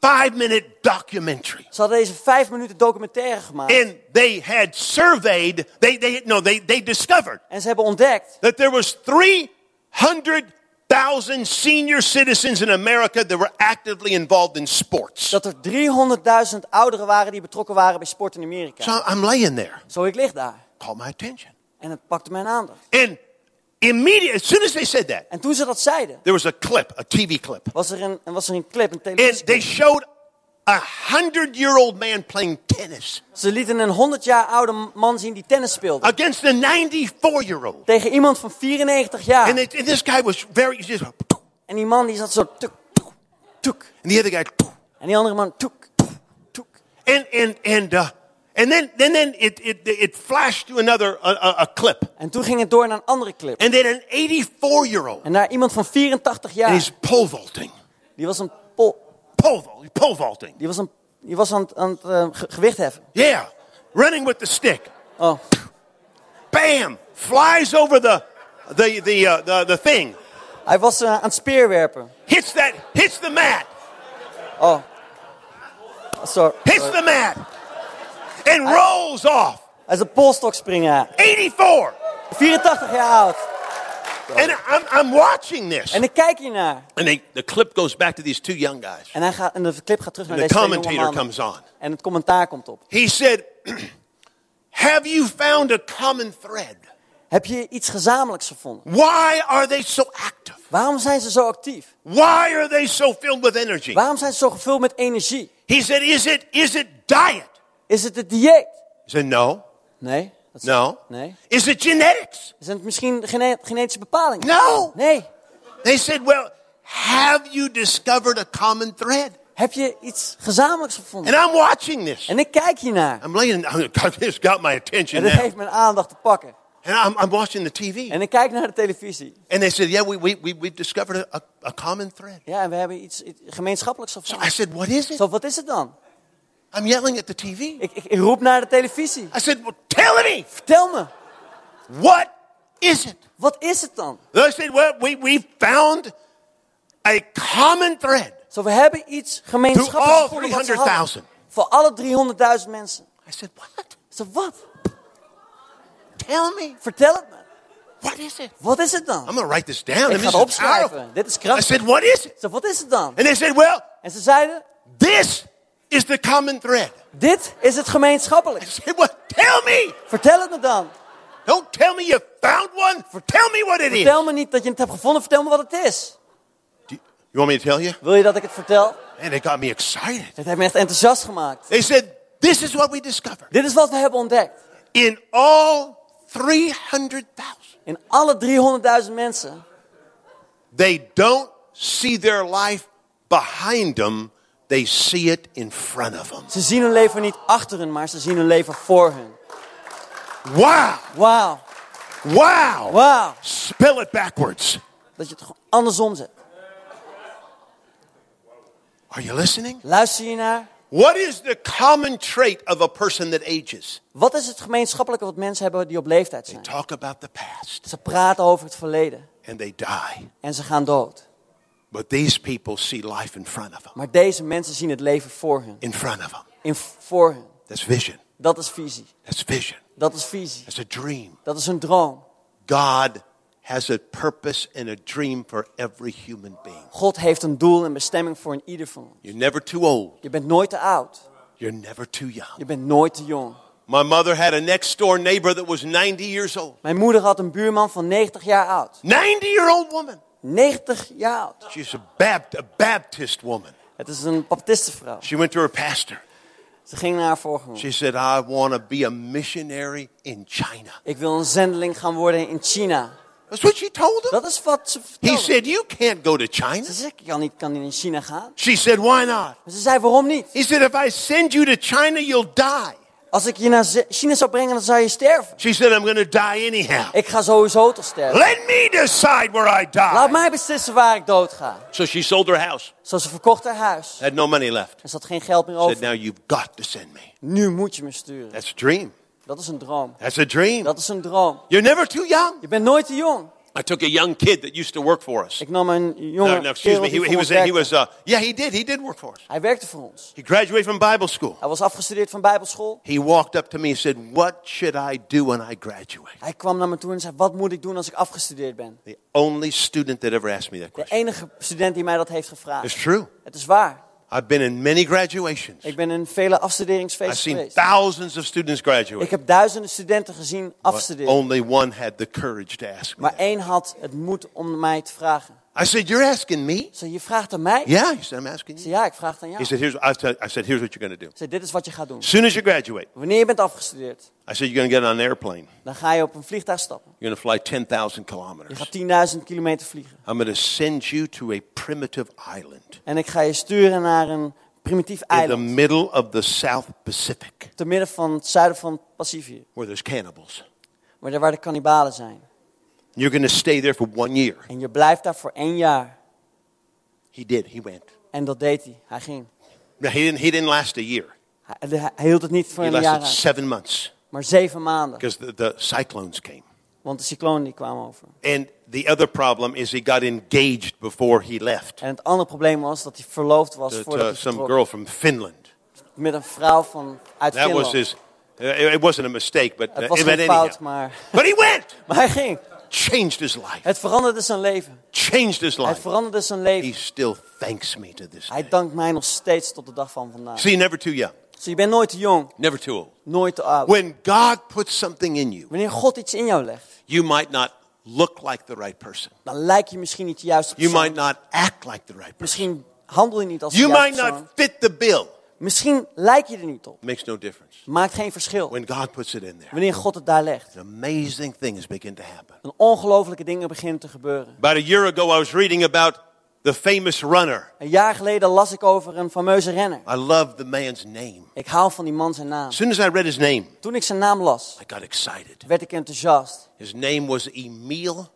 Speaker 4: five minute documentary.
Speaker 1: Ze hadden deze vijf minuten documentaire gemaakt.
Speaker 4: And they had surveyed, they, they, no, they, they discovered
Speaker 1: En ze hebben ontdekt
Speaker 4: that there was 300,000 senior citizens in America that were actively involved in sports.
Speaker 1: dat er 300.000 ouderen waren die betrokken waren bij sport in Amerika.
Speaker 4: So I'm laying there.
Speaker 1: Zo, ik lig daar.
Speaker 4: Caught my attention.
Speaker 1: En het pakte mijn aandacht.
Speaker 4: And immediately, as soon as they said that,
Speaker 1: En toen ze dat zeiden,
Speaker 4: there was a clip, a TV clip.
Speaker 1: was er een, was er een clip, een
Speaker 4: And they
Speaker 1: televisie.
Speaker 4: showed a hundred year old man playing tennis
Speaker 1: Ze lieten een 100 jaar oude man zien die tennis speelde.
Speaker 4: against a 94 year old.
Speaker 1: Tegen iemand van 94 jaar.
Speaker 4: And, it, and this guy was very, he just, and
Speaker 1: En die man die zat zo tuk, tuk, tuk.
Speaker 4: the other guy,
Speaker 1: En die andere man tuk, tuk.
Speaker 4: and, and, and, uh, and then, then, then it, it, it flashed to another a, a, a clip.
Speaker 1: En toen ging het door naar een andere clip.
Speaker 4: And then an 84 year old,
Speaker 1: En naar iemand van 84
Speaker 4: and
Speaker 1: jaar.
Speaker 4: he's pole vaulting.
Speaker 1: Die was een pol,
Speaker 4: Pole, vault- pole vaulting.
Speaker 1: die was een, die was aan het, aan het eh, ge- gewicht heffen.
Speaker 4: Yeah. Running with the stick.
Speaker 1: Oh.
Speaker 4: Bam! Flies over the, the, the, uh, the, the thing.
Speaker 1: Hij was eh, aan het speerwerpen.
Speaker 4: Hits that, hits the mat.
Speaker 1: Oh. Sorry.
Speaker 4: hits the mat and rolls off.
Speaker 1: Hij is een polstokspringer.
Speaker 4: 84.
Speaker 1: 84 jaar oud.
Speaker 4: And I'm, I'm watching this.
Speaker 1: En ik kijk hiernaar.
Speaker 4: And they, the clip goes back to these two young guys.
Speaker 1: En, hij gaat, en de clip gaat terug naar
Speaker 4: And the
Speaker 1: deze twee jonge
Speaker 4: commentator
Speaker 1: mannen.
Speaker 4: comes on.
Speaker 1: En het commentaar komt op.
Speaker 4: He said, Have you found a common thread?
Speaker 1: Heb je iets gezamenlijks gevonden?
Speaker 4: Why are they so active?
Speaker 1: Waarom zijn ze zo actief?
Speaker 4: Why are they so filled with energy?
Speaker 1: Waarom zijn ze zo gevuld met energie?
Speaker 4: He said, Is it, is it diet?
Speaker 1: Is het het dieet?
Speaker 4: He said, No,
Speaker 1: Nee. Dat is-
Speaker 4: no.
Speaker 1: Nee.
Speaker 4: Is it genetics?
Speaker 1: Zijn het misschien gene- genetische bepalingen?
Speaker 4: No.
Speaker 1: Nee.
Speaker 4: They said, Well, have you discovered a common thread?
Speaker 1: Heb je iets gezamenlijks gevonden?
Speaker 4: And I'm watching this.
Speaker 1: En ik kijk hiernaar.
Speaker 4: I'm laying. I'm, this got my
Speaker 1: En
Speaker 4: attention
Speaker 1: dat
Speaker 4: now,
Speaker 1: heeft mijn aandacht te pakken.
Speaker 4: and I'm, I'm watching the TV.
Speaker 1: En ik kijk naar de televisie.
Speaker 4: And they said, "Yeah, we we we we've discovered a, a, a common thread."
Speaker 1: Ja, en we hebben iets iets gemeenschappelijks
Speaker 4: So
Speaker 1: gevonden.
Speaker 4: I said, "What is it?"
Speaker 1: Zo, wat is het dan?
Speaker 4: I'm yelling at the TV.
Speaker 1: Ik, ik, ik roep naar de televisie.
Speaker 4: I said, "Well, tell me
Speaker 1: Vertel me,
Speaker 4: what is it?"
Speaker 1: wat is het dan?
Speaker 4: They said, "Well, we we found a common thread."
Speaker 1: Zo, we hebben iets
Speaker 4: To all
Speaker 1: gemeenschappelijks gevonden wat ze hadden.
Speaker 4: 300.000.
Speaker 1: Voor alle 300.000 mensen.
Speaker 4: I said, "What?
Speaker 1: Zo, wat?
Speaker 4: Tell me
Speaker 1: Vertel het me.
Speaker 4: what is it?"
Speaker 1: Wat is het
Speaker 4: I'm
Speaker 1: dan?
Speaker 4: gonna write this down. I
Speaker 1: Ik
Speaker 4: mean,
Speaker 1: ga het
Speaker 4: this is powerful.
Speaker 1: opschrijven. Dit is
Speaker 4: I
Speaker 1: krachtig.
Speaker 4: said, "What is it?"
Speaker 1: Zo, wat is het dan?
Speaker 4: And they said, "Well,
Speaker 1: En ze zeiden,
Speaker 4: this is the common thread."
Speaker 1: dit is het
Speaker 4: I
Speaker 1: gemeenschappelijk.
Speaker 4: said, "Well, tell me."
Speaker 1: Vertel het me dan.
Speaker 4: Don't tell me you found one. Tell me what it is.
Speaker 1: Vertel me niet dat je het hebt gevonden. Vertel me wat het is.
Speaker 4: Do you, you want me to tell you?
Speaker 1: Wil je dat ik het vertel?
Speaker 4: And it got me excited.
Speaker 1: Dit heeft me echt enthousiast gemaakt.
Speaker 4: They said, This is what we discovered.
Speaker 1: Dit is wat we hebben ontdekt.
Speaker 4: In all 300,000,
Speaker 1: In alle 300.000 mensen
Speaker 4: they don't see their life behind them, they see it in front of them.
Speaker 1: Ze zien hun leven niet achter hun, maar ze zien hun leven voor hun.
Speaker 4: Wow!
Speaker 1: Wauw,
Speaker 4: Wow!
Speaker 1: wauw.
Speaker 4: Spell it backwards.
Speaker 1: Dat je het gewoon andersom zet.
Speaker 4: Are you listening?
Speaker 1: Luister je naar.
Speaker 4: What is the common trait of a person that ages?
Speaker 1: Wat is het gemeenschappelijke wat mensen hebben die op leeftijd
Speaker 4: They
Speaker 1: zijn?
Speaker 4: talk about the past
Speaker 1: Ze praten over het verleden
Speaker 4: and they die.
Speaker 1: en ze gaan dood.
Speaker 4: But these people see life in front of them.
Speaker 1: Maar deze mensen zien het leven voor hun.
Speaker 4: in front of them.
Speaker 1: In voor hun.
Speaker 4: That's vision.
Speaker 1: Dat is visie.
Speaker 4: That's vision.
Speaker 1: Dat is visie.
Speaker 4: That's a dream.
Speaker 1: Dat is hun droom.
Speaker 4: God has a purpose and a dream for every human being.
Speaker 1: God heeft een doel en bestemming voor een ieder van ons.
Speaker 4: You're never too old.
Speaker 1: Je bent nooit te oud.
Speaker 4: You're never too young.
Speaker 1: Je bent nooit te jong.
Speaker 4: My mother had a next door neighbor that was 90 years old.
Speaker 1: Mijn moeder had een buurman van 90 jaar oud.
Speaker 4: 90 year old woman.
Speaker 1: 90 jaar oud.
Speaker 4: She's a, Bapt- a Baptist woman.
Speaker 1: Het is een baptistenvrouw.
Speaker 4: She went to her pastor.
Speaker 1: Ze ging naar haar voorganger.
Speaker 4: She said, I want to be a missionary in China.
Speaker 1: Ik wil een zendeling gaan worden in China.
Speaker 4: That's what she told him.
Speaker 1: Dat is wat ze
Speaker 4: He
Speaker 1: vertelde.
Speaker 4: said, You can't go to China.
Speaker 1: Ze zegt, ik kan niet, kan niet in China gaan.
Speaker 4: She said, Why not?
Speaker 1: Maar ze zei, waarom niet?
Speaker 4: He said, If I send you to China, you'll die.
Speaker 1: Als ik je naar Ze- China zou brengen, dan zou je sterven.
Speaker 4: She said, I'm going to die anyhow.
Speaker 1: Ik ga sowieso toch sterven.
Speaker 4: Let me decide where I
Speaker 1: Laat
Speaker 4: die.
Speaker 1: mij beslissen waar ik dood ga.
Speaker 4: So she sold her house,
Speaker 1: Zo, ze verkocht haar huis.
Speaker 4: had no money left.
Speaker 1: Er zat geen geld meer
Speaker 4: Said,
Speaker 1: over.
Speaker 4: Now you've got to send me.
Speaker 1: Nu moet je me sturen.
Speaker 4: That's a dream.
Speaker 1: Dat is een droom.
Speaker 4: That's a dream.
Speaker 1: Dat is een droom.
Speaker 4: You're never too young.
Speaker 1: Je bent nooit te jong.
Speaker 4: I took a young kid that used to work for us.
Speaker 1: Ik nam een jongen.
Speaker 4: No, no, Nou, excuse
Speaker 1: kerel
Speaker 4: me.
Speaker 1: die
Speaker 4: He,
Speaker 1: voor
Speaker 4: he
Speaker 1: ons
Speaker 4: was, he
Speaker 1: werkte.
Speaker 4: was, uh, yeah, he did. He did work for us.
Speaker 1: Hij werkte voor ons.
Speaker 4: He graduated from Bible school.
Speaker 1: Hij was afgestudeerd van Bijbelschool.
Speaker 4: He walked up to me and said, What should I do when I graduate?
Speaker 1: Hij kwam naar me toe en zei: Wat moet ik doen als ik afgestudeerd ben?
Speaker 4: The only student that ever asked me that
Speaker 1: De
Speaker 4: question.
Speaker 1: enige student die mij dat heeft
Speaker 4: It's
Speaker 1: gevraagd.
Speaker 4: true.
Speaker 1: Het is waar.
Speaker 4: I've been in many graduations.
Speaker 1: Ik ben in vele
Speaker 4: I've
Speaker 1: afstuderingsfeesten
Speaker 4: seen
Speaker 1: geweest.
Speaker 4: thousands of students
Speaker 1: Ik
Speaker 4: graduate.
Speaker 1: heb duizenden studenten gezien
Speaker 4: But
Speaker 1: afstuderen.
Speaker 4: only one had the courage to ask me.
Speaker 1: Maar
Speaker 4: that.
Speaker 1: één had het moed om mij te vragen.
Speaker 4: I said, You're asking me?
Speaker 1: Ze je vraagt aan mij? Ik
Speaker 4: Yeah. He said, I'm asking
Speaker 1: zei,
Speaker 4: you.
Speaker 1: ja, ik vraag het aan jou.
Speaker 4: He
Speaker 1: Ze
Speaker 4: said, Here's, I said, I said, Here's what you're going to do.
Speaker 1: zei, dit is wat je gaat doen.
Speaker 4: As soon as you graduate,
Speaker 1: Wanneer je bent afgestudeerd,
Speaker 4: I said, You're going to get on an airplane.
Speaker 1: dan ga je op een vliegtuig stappen.
Speaker 4: You're going to fly 10,000
Speaker 1: Je
Speaker 4: kilometers.
Speaker 1: gaat 10.000 kilometer vliegen.
Speaker 4: I'm going to send you to a primitive island
Speaker 1: En ik ga je sturen naar een primitief
Speaker 4: in the
Speaker 1: eiland.
Speaker 4: middle of the South Pacific
Speaker 1: te midden van het zuiden van het Pacifië,
Speaker 4: where there's cannibals.
Speaker 1: waar de, waar de kannibalen zijn.
Speaker 4: You're going to stay there for one year.
Speaker 1: En je blijft daar voor één jaar.
Speaker 4: He did. He went.
Speaker 1: En dat deed hij. Hij ging.
Speaker 4: No, he didn't, he didn't last a year.
Speaker 1: Hij, hij hield het niet voor
Speaker 4: He
Speaker 1: een jaar
Speaker 4: lasted
Speaker 1: uit,
Speaker 4: seven months
Speaker 1: maar zeven maanden.
Speaker 4: because the, the cyclones came.
Speaker 1: Want de cyclonen die kwamen over.
Speaker 4: And the other problem is he got engaged before he left
Speaker 1: En het andere probleem was dat hij verloofd was
Speaker 4: to,
Speaker 1: voordat
Speaker 4: to
Speaker 1: hij
Speaker 4: eh, some
Speaker 1: vertrok.
Speaker 4: girl from Finland.
Speaker 1: Met een vrouw van, uit
Speaker 4: That was
Speaker 1: Finland.
Speaker 4: his. uh, It it wasn't a mistake, but uh,
Speaker 1: Het was
Speaker 4: but
Speaker 1: geen
Speaker 4: anyhow.
Speaker 1: fout, maar...
Speaker 4: But he went.
Speaker 1: Maar hij ging.
Speaker 4: Changed his life.
Speaker 1: Het veranderde zijn leven.
Speaker 4: Changed his
Speaker 1: Het
Speaker 4: life.
Speaker 1: veranderde zijn
Speaker 4: He
Speaker 1: leven.
Speaker 4: still thanks me to this
Speaker 1: Hij
Speaker 4: day.
Speaker 1: dankt mij nog steeds tot de dag van vandaag.
Speaker 4: See, never too young,
Speaker 1: Dus je bent nooit te jong,
Speaker 4: never too old.
Speaker 1: nooit te oud.
Speaker 4: When God puts something in you,
Speaker 1: Wanneer God iets in jou legt,
Speaker 4: you might not look like the right person.
Speaker 1: dan lijk je misschien niet de juiste
Speaker 4: You
Speaker 1: persoon.
Speaker 4: might not act like the right person.
Speaker 1: Misschien handel je niet als
Speaker 4: You
Speaker 1: de juiste
Speaker 4: might
Speaker 1: persoon.
Speaker 4: not fit the bill.
Speaker 1: Misschien lijk je er niet op.
Speaker 4: Makes no difference.
Speaker 1: Maakt geen verschil.
Speaker 4: When God puts it in there,
Speaker 1: Wanneer God het daar legt.
Speaker 4: an amazing things begin to happen.
Speaker 1: Dan ongelofelijke dingen beginnen te gebeuren.
Speaker 4: About a year ago, I was reading about the famous runner.
Speaker 1: Een jaar geleden las ik over een fameuze renner.
Speaker 4: I love the man's name.
Speaker 1: Ik hou van die man zijn naam.
Speaker 4: As soon as I read his name,
Speaker 1: Toen ik zijn naam las,
Speaker 4: I got excited.
Speaker 1: werd ik enthousiast.
Speaker 4: His name was Emil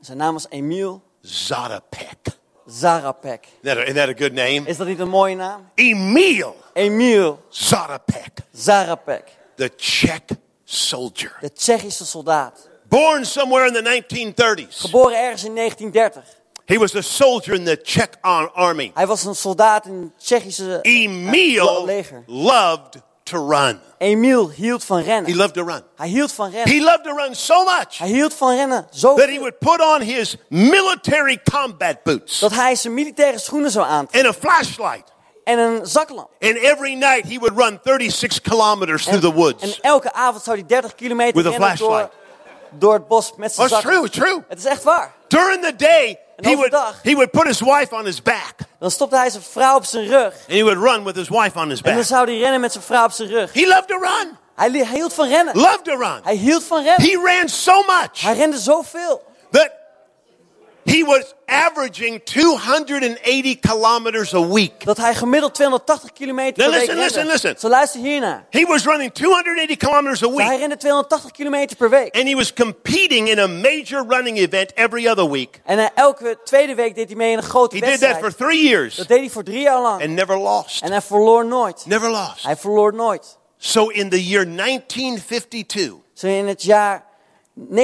Speaker 1: Zijn naam was Emil
Speaker 4: Zatopek. Isn't
Speaker 1: Zarapek.
Speaker 4: that a, isn't that a good name?
Speaker 1: Is dat niet een mooie naam?
Speaker 4: Emil
Speaker 1: Emil
Speaker 4: Zatopek,
Speaker 1: Zarapek.
Speaker 4: the Czech soldier.
Speaker 1: De Tsjechische soldaat.
Speaker 4: Born somewhere in the 1930s.
Speaker 1: Geboren ergens in 1930.
Speaker 4: He was a soldier in the Czech ar- army.
Speaker 1: Hij was een soldaat in het Tsjechische eh,
Speaker 4: Emil
Speaker 1: leger.
Speaker 4: loved to run.
Speaker 1: Emil hield van
Speaker 4: He
Speaker 1: rennen.
Speaker 4: loved to run.
Speaker 1: Hij hield van rennen.
Speaker 4: He loved to run so much
Speaker 1: Hij hield van rennen zo
Speaker 4: that he
Speaker 1: veel,
Speaker 4: would put on his military combat boots
Speaker 1: dat hij zijn militaire schoenen zou aantrekken
Speaker 4: and a flashlight.
Speaker 1: en een zaklamp.
Speaker 4: And every night he would run 36 kilometers through the
Speaker 1: En
Speaker 4: woods.
Speaker 1: elke avond zou hij 30 kilometer
Speaker 4: With a
Speaker 1: rennen door,
Speaker 4: flashlight.
Speaker 1: door het bos met zijn
Speaker 4: Oh, it's
Speaker 1: zaklamp.
Speaker 4: true, true.
Speaker 1: Het is echt waar.
Speaker 4: During the day,
Speaker 1: En
Speaker 4: he would,
Speaker 1: overdag.
Speaker 4: he would put his wife on his back
Speaker 1: Dan stopte hij zijn vrouw op zijn rug
Speaker 4: and he would run with his wife on his
Speaker 1: en dan
Speaker 4: back.
Speaker 1: zou hij rennen met zijn vrouw op zijn rug.
Speaker 4: He loved to run,
Speaker 1: Hij, li- hij hield van rennen.
Speaker 4: loved to run.
Speaker 1: Hij hield van rennen.
Speaker 4: He ran so much
Speaker 1: Hij rende zoveel
Speaker 4: that he was averaging 280 kilometers a week.
Speaker 1: dat hij gemiddeld 280 kilometer
Speaker 4: Now
Speaker 1: per week
Speaker 4: listen, listen,
Speaker 1: rende.
Speaker 4: listen.
Speaker 1: Zo luister hiernaar.
Speaker 4: He was running 280 kilometers a
Speaker 1: Zo Hij
Speaker 4: week,
Speaker 1: rende 280 kilometer per week.
Speaker 4: and he was competing in a major running event every other week.
Speaker 1: En eh, elke tweede week deed hij mee in een grote
Speaker 4: He did that for
Speaker 1: wedstrijd.
Speaker 4: three years
Speaker 1: Dat deed hij voor drie jaar lang.
Speaker 4: and never lost.
Speaker 1: En hij verloor nooit.
Speaker 4: Never lost.
Speaker 1: Hij verloor nooit.
Speaker 4: So in the year 1952,
Speaker 1: Zo in het jaar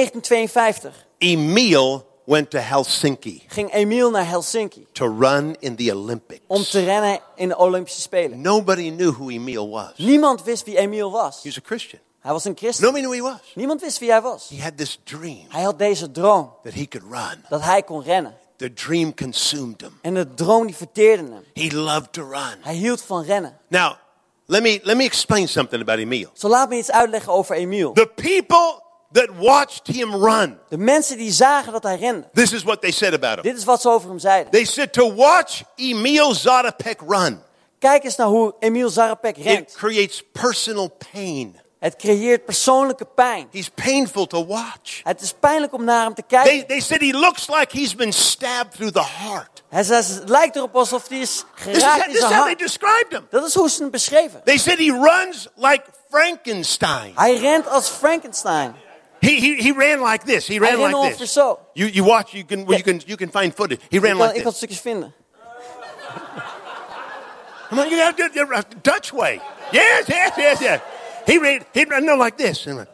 Speaker 1: 1952
Speaker 4: Emil went to Helsinki
Speaker 1: ging Emil naar Helsinki
Speaker 4: to run in the Olympics.
Speaker 1: om te rennen in de Olympische Spelen.
Speaker 4: Nobody knew who Emil was. He
Speaker 1: Niemand wist wie Emil was.
Speaker 4: was a Christian.
Speaker 1: Hij was een christen.
Speaker 4: Nobody knew who he was.
Speaker 1: Niemand wist wie hij was.
Speaker 4: He had this dream
Speaker 1: Hij had deze droom
Speaker 4: that he could run.
Speaker 1: dat hij kon rennen.
Speaker 4: The dream consumed him.
Speaker 1: En de droom die verteerde hem.
Speaker 4: He loved to run.
Speaker 1: Hij hield van rennen.
Speaker 4: Now, let me let me explain something about Emil.
Speaker 1: Zo laat me iets uitleggen over Emil.
Speaker 4: The people that watched him run,
Speaker 1: De mensen die zagen dat hij rende.
Speaker 4: this is what they said about him.
Speaker 1: Dit is wat ze over hem zeiden.
Speaker 4: They said to watch Emil Zatopek run,
Speaker 1: Kijk eens naar hoe Emil Zarapek
Speaker 4: it
Speaker 1: rent.
Speaker 4: creates personal pain
Speaker 1: Het creëert persoonlijke pijn.
Speaker 4: He's painful to watch.
Speaker 1: Het is pijnlijk om naar hem te kijken.
Speaker 4: They, they said he looks like he's been stabbed through the heart.
Speaker 1: Hij zei, het lijkt erop alsof hij is
Speaker 4: This is, how-
Speaker 1: geraakt in
Speaker 4: this is
Speaker 1: Dus zijn dus-
Speaker 4: how they
Speaker 1: hart.
Speaker 4: described him.
Speaker 1: Dat is hoe ze hem beschreven.
Speaker 4: They said he runs like Frankenstein.
Speaker 1: Hij rent als Frankenstein.
Speaker 4: He, he, he ran like this. He ran
Speaker 1: ran
Speaker 4: like
Speaker 1: ongeveer
Speaker 4: this.
Speaker 1: zo.
Speaker 4: You, you watch, you can, well, you, can, you can find footage. He
Speaker 1: Ik
Speaker 4: ran
Speaker 1: kan,
Speaker 4: like
Speaker 1: ik kan
Speaker 4: this.
Speaker 1: stukjes vinden.
Speaker 4: Come on, you gotta do it the Dutch way. Yes, yes, yes, yes. He ran, he ran no, like this. He went.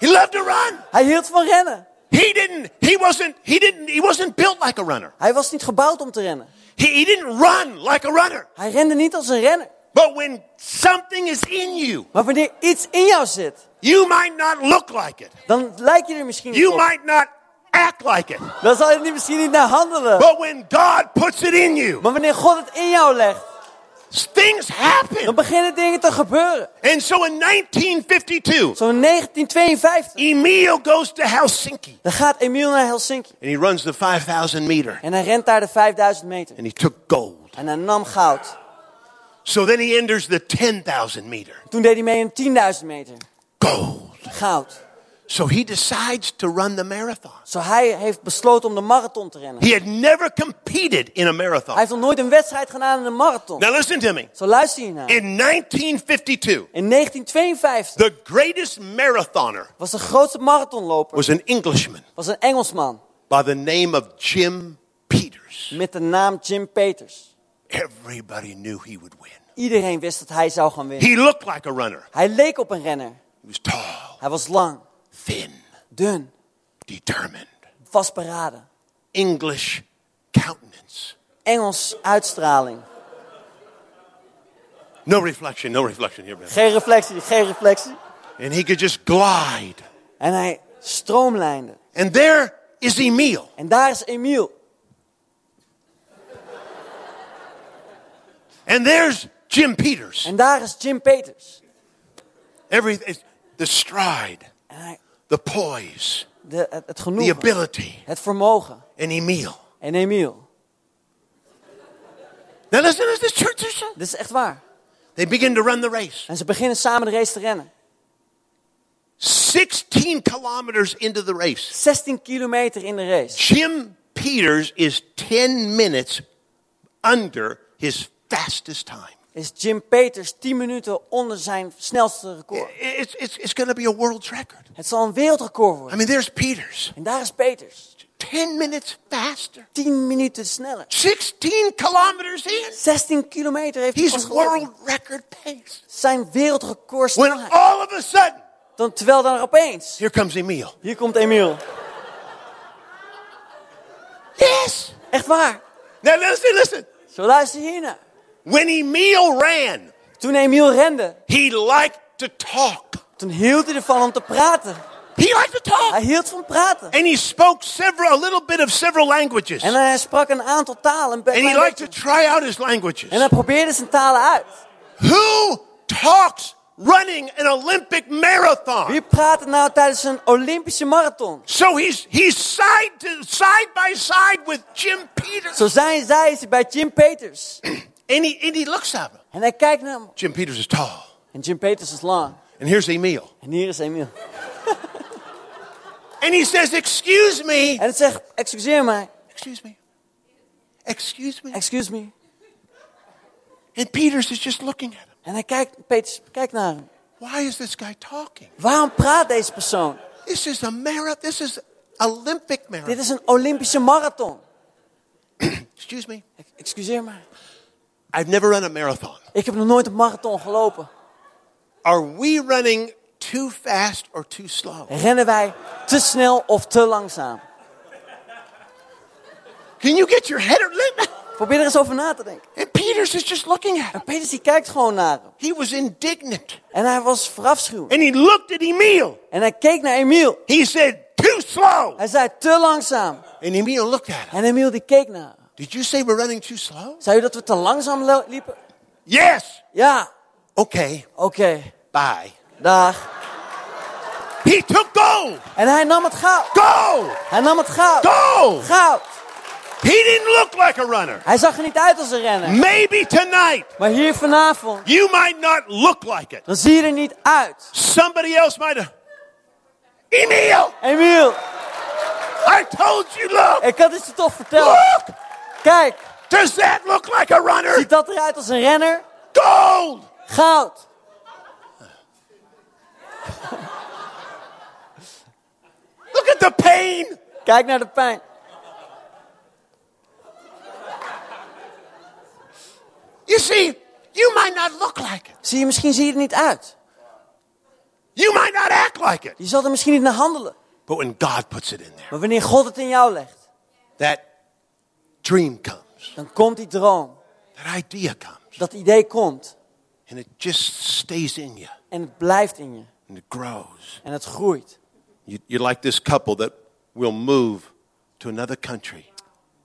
Speaker 4: He loved to run.
Speaker 1: Hij hield van rennen.
Speaker 4: He didn't, he wasn't, he didn't, he wasn't built like a runner.
Speaker 1: Hij was niet gebouwd om te rennen.
Speaker 4: He, he didn't run like a runner.
Speaker 1: Hij rende niet als een renner.
Speaker 4: But when something is in you,
Speaker 1: Maar wanneer iets in jou zit,
Speaker 4: you might not look like it.
Speaker 1: dan lijk je er misschien niet
Speaker 4: You
Speaker 1: op.
Speaker 4: might not act like it.
Speaker 1: Dan zal je er misschien niet naar handelen.
Speaker 4: But when God puts it in you,
Speaker 1: Maar wanneer God het in jou legt,
Speaker 4: things
Speaker 1: dan
Speaker 4: happen.
Speaker 1: beginnen dingen te gebeuren.
Speaker 4: And so in 1952,
Speaker 1: Zo'n 1952,
Speaker 4: Emil goes to Helsinki
Speaker 1: dan gaat Emiel naar Helsinki.
Speaker 4: and he runs the 5,000 meter
Speaker 1: En hij rent daar de 5000 meter.
Speaker 4: and he took gold.
Speaker 1: En hij nam goud.
Speaker 4: So then he enters the 10,000 meter.
Speaker 1: Toen deed hij mee een 10.000 meter.
Speaker 4: Gold.
Speaker 1: Goud.
Speaker 4: So he decides to run the marathon.
Speaker 1: Zo hij heeft besloten om de marathon te rennen.
Speaker 4: He had never competed in a
Speaker 1: Hij
Speaker 4: marathon.
Speaker 1: heeft nog nooit een wedstrijd gedaan in een marathon.
Speaker 4: Now listen to me.
Speaker 1: Zo luister je naar.
Speaker 4: Nou, In 1952,
Speaker 1: In 1952
Speaker 4: the greatest marathoner
Speaker 1: was de grootste marathonloper
Speaker 4: was an Englishman
Speaker 1: was een Engelsman
Speaker 4: by the name of Jim Peters.
Speaker 1: met de naam Jim Peters.
Speaker 4: Everybody knew he would win.
Speaker 1: Iedereen wist dat hij zou gaan winnen.
Speaker 4: He looked like a runner.
Speaker 1: Hij leek op een renner.
Speaker 4: He was tall,
Speaker 1: Hij was lang,
Speaker 4: thin,
Speaker 1: dun,
Speaker 4: determined,
Speaker 1: vastberaden.
Speaker 4: English countenance.
Speaker 1: Engels uitstraling.
Speaker 4: No reflection, no reflection here, man.
Speaker 1: Geen reflectie, geen reflectie.
Speaker 4: And he could just glide.
Speaker 1: En hij stroomlijnde.
Speaker 4: And there is Emil.
Speaker 1: En daar is Emiel.
Speaker 4: And there's Jim Peters.
Speaker 1: En daar is Jim Peters.
Speaker 4: Every, it's- the stride,
Speaker 1: En hij,
Speaker 4: the poise,
Speaker 1: de, het, het
Speaker 4: the
Speaker 1: genoegen,
Speaker 4: ability,
Speaker 1: het vermogen.
Speaker 4: and Emil.
Speaker 1: En Emiel.
Speaker 4: Now listen to this church. this-
Speaker 1: Dit is echt waar.
Speaker 4: They begin to run the race.
Speaker 1: En ze beginnen samen de race te rennen.
Speaker 4: 16 kilometers into the race.
Speaker 1: 16 kilometer in de race.
Speaker 4: Jim Peters is 10 minutes under his fastest time.
Speaker 1: Is Jim Peters 10 minuten onder zijn snelste
Speaker 4: I-
Speaker 1: record.
Speaker 4: It's, it's, it's going to be a world's record.
Speaker 1: Het zal een wereldrecord
Speaker 4: I
Speaker 1: worden.
Speaker 4: mean, there's Peters.
Speaker 1: En daar is Peters.
Speaker 4: 10 minutes faster.
Speaker 1: 10 minuten sneller.
Speaker 4: 16 kilometers in.
Speaker 1: 16 kilometer heeft hij pas
Speaker 4: He's
Speaker 1: gelopen.
Speaker 4: world record pace.
Speaker 1: Zijn wereldrecord
Speaker 4: When
Speaker 1: snelheid.
Speaker 4: all of a sudden,
Speaker 1: Dan, terwijl dan er opeens...
Speaker 4: here comes Emil.
Speaker 1: Hier komt Emiel.
Speaker 4: Yes.
Speaker 1: Echt waar.
Speaker 4: Now listen, listen.
Speaker 1: Zo luister hiernaar.
Speaker 4: When Emil ran,
Speaker 1: Toen Emiel rende,
Speaker 4: he liked to talk.
Speaker 1: toen hield hij ervan om te praten.
Speaker 4: He liked to talk.
Speaker 1: Hij hield van praten.
Speaker 4: and he spoke several, a little bit of several languages.
Speaker 1: En hij sprak een aantal talen. Een be-
Speaker 4: and he
Speaker 1: klein
Speaker 4: liked to
Speaker 1: beetje.
Speaker 4: try out his languages.
Speaker 1: En hij probeerde zijn talen uit.
Speaker 4: Who talks running an Olympic marathon?
Speaker 1: Wie praatte nou tijdens een Olympische marathon?
Speaker 4: So he's he's side to side by side with Jim Peters,
Speaker 1: Zo zijn zij is hij bij Jim Peters.
Speaker 4: and he and he looks at him.
Speaker 1: En hij kijkt naar hem.
Speaker 4: Jim Peters is tall,
Speaker 1: En Jim Peters is lang.
Speaker 4: and here's Emil,
Speaker 1: En hier is Emiel.
Speaker 4: and he says, "Excuse me,
Speaker 1: En hij zegt, excuseer mij.
Speaker 4: excuse me, excuse me."
Speaker 1: Excuse me.
Speaker 4: And Peters is just looking at him.
Speaker 1: En hij kijkt, Peters, kijkt naar hem.
Speaker 4: Why is this guy talking?
Speaker 1: Waarom praat deze persoon?
Speaker 4: This is a marathon. This is Olympic
Speaker 1: Dit
Speaker 4: marathon.
Speaker 1: is een Olympische marathon.
Speaker 4: Excuse me.
Speaker 1: Ex- Excuseer mij.
Speaker 4: I've never run a marathon.
Speaker 1: Ik heb nog nooit een marathon gelopen.
Speaker 4: Are we running too fast or too slow?
Speaker 1: Rennen wij te snel of te langzaam?
Speaker 4: Can you get your head around?
Speaker 1: Probeer er eens over na te denken.
Speaker 4: And Peters is just looking at him.
Speaker 1: En Peters die kijkt gewoon naar hem.
Speaker 4: He was indignant.
Speaker 1: En hij was verafschuwd.
Speaker 4: And he looked at Emil.
Speaker 1: En hij keek naar Emiel.
Speaker 4: He said, Too slow.
Speaker 1: Hij zei te langzaam.
Speaker 4: And Emil looked at him.
Speaker 1: En Emiel die keek naar hem.
Speaker 4: Did you say we're running too slow?
Speaker 1: Zei u dat we te langzaam lo- liepen?
Speaker 4: Yes.
Speaker 1: Ja.
Speaker 4: Okay,
Speaker 1: Oké.
Speaker 4: bye.
Speaker 1: Dag.
Speaker 4: He took gold.
Speaker 1: En hij nam het goud.
Speaker 4: Gold.
Speaker 1: Hij nam het goud.
Speaker 4: Gold.
Speaker 1: Goud.
Speaker 4: He didn't look like a runner.
Speaker 1: Hij zag er niet uit als een renner.
Speaker 4: Maybe tonight
Speaker 1: Maar hier vanavond,
Speaker 4: you might not look like it.
Speaker 1: dan zie je er niet uit.
Speaker 4: Somebody else might have. Emil,
Speaker 1: Emiel,
Speaker 4: I told you, look,
Speaker 1: ik had het je toch vertellen.
Speaker 4: look.
Speaker 1: Kijk,
Speaker 4: Does that look like a runner?
Speaker 1: ziet dat eruit als een renner?
Speaker 4: Gold.
Speaker 1: Goud.
Speaker 4: Look at the pain.
Speaker 1: Kijk naar de pijn.
Speaker 4: You see, you might not look like it.
Speaker 1: Zie je, misschien zie je er niet uit.
Speaker 4: You might not act like it.
Speaker 1: Je zal er misschien niet naar handelen.
Speaker 4: But when God puts it in there,
Speaker 1: Maar wanneer God het in jou legt,
Speaker 4: that dream comes,
Speaker 1: dan komt die droom.
Speaker 4: that idea comes,
Speaker 1: Dat idee komt
Speaker 4: and it just stays in you
Speaker 1: en het blijft in je.
Speaker 4: and it grows.
Speaker 1: En het groeit.
Speaker 4: You, you're like this couple that will move to another country.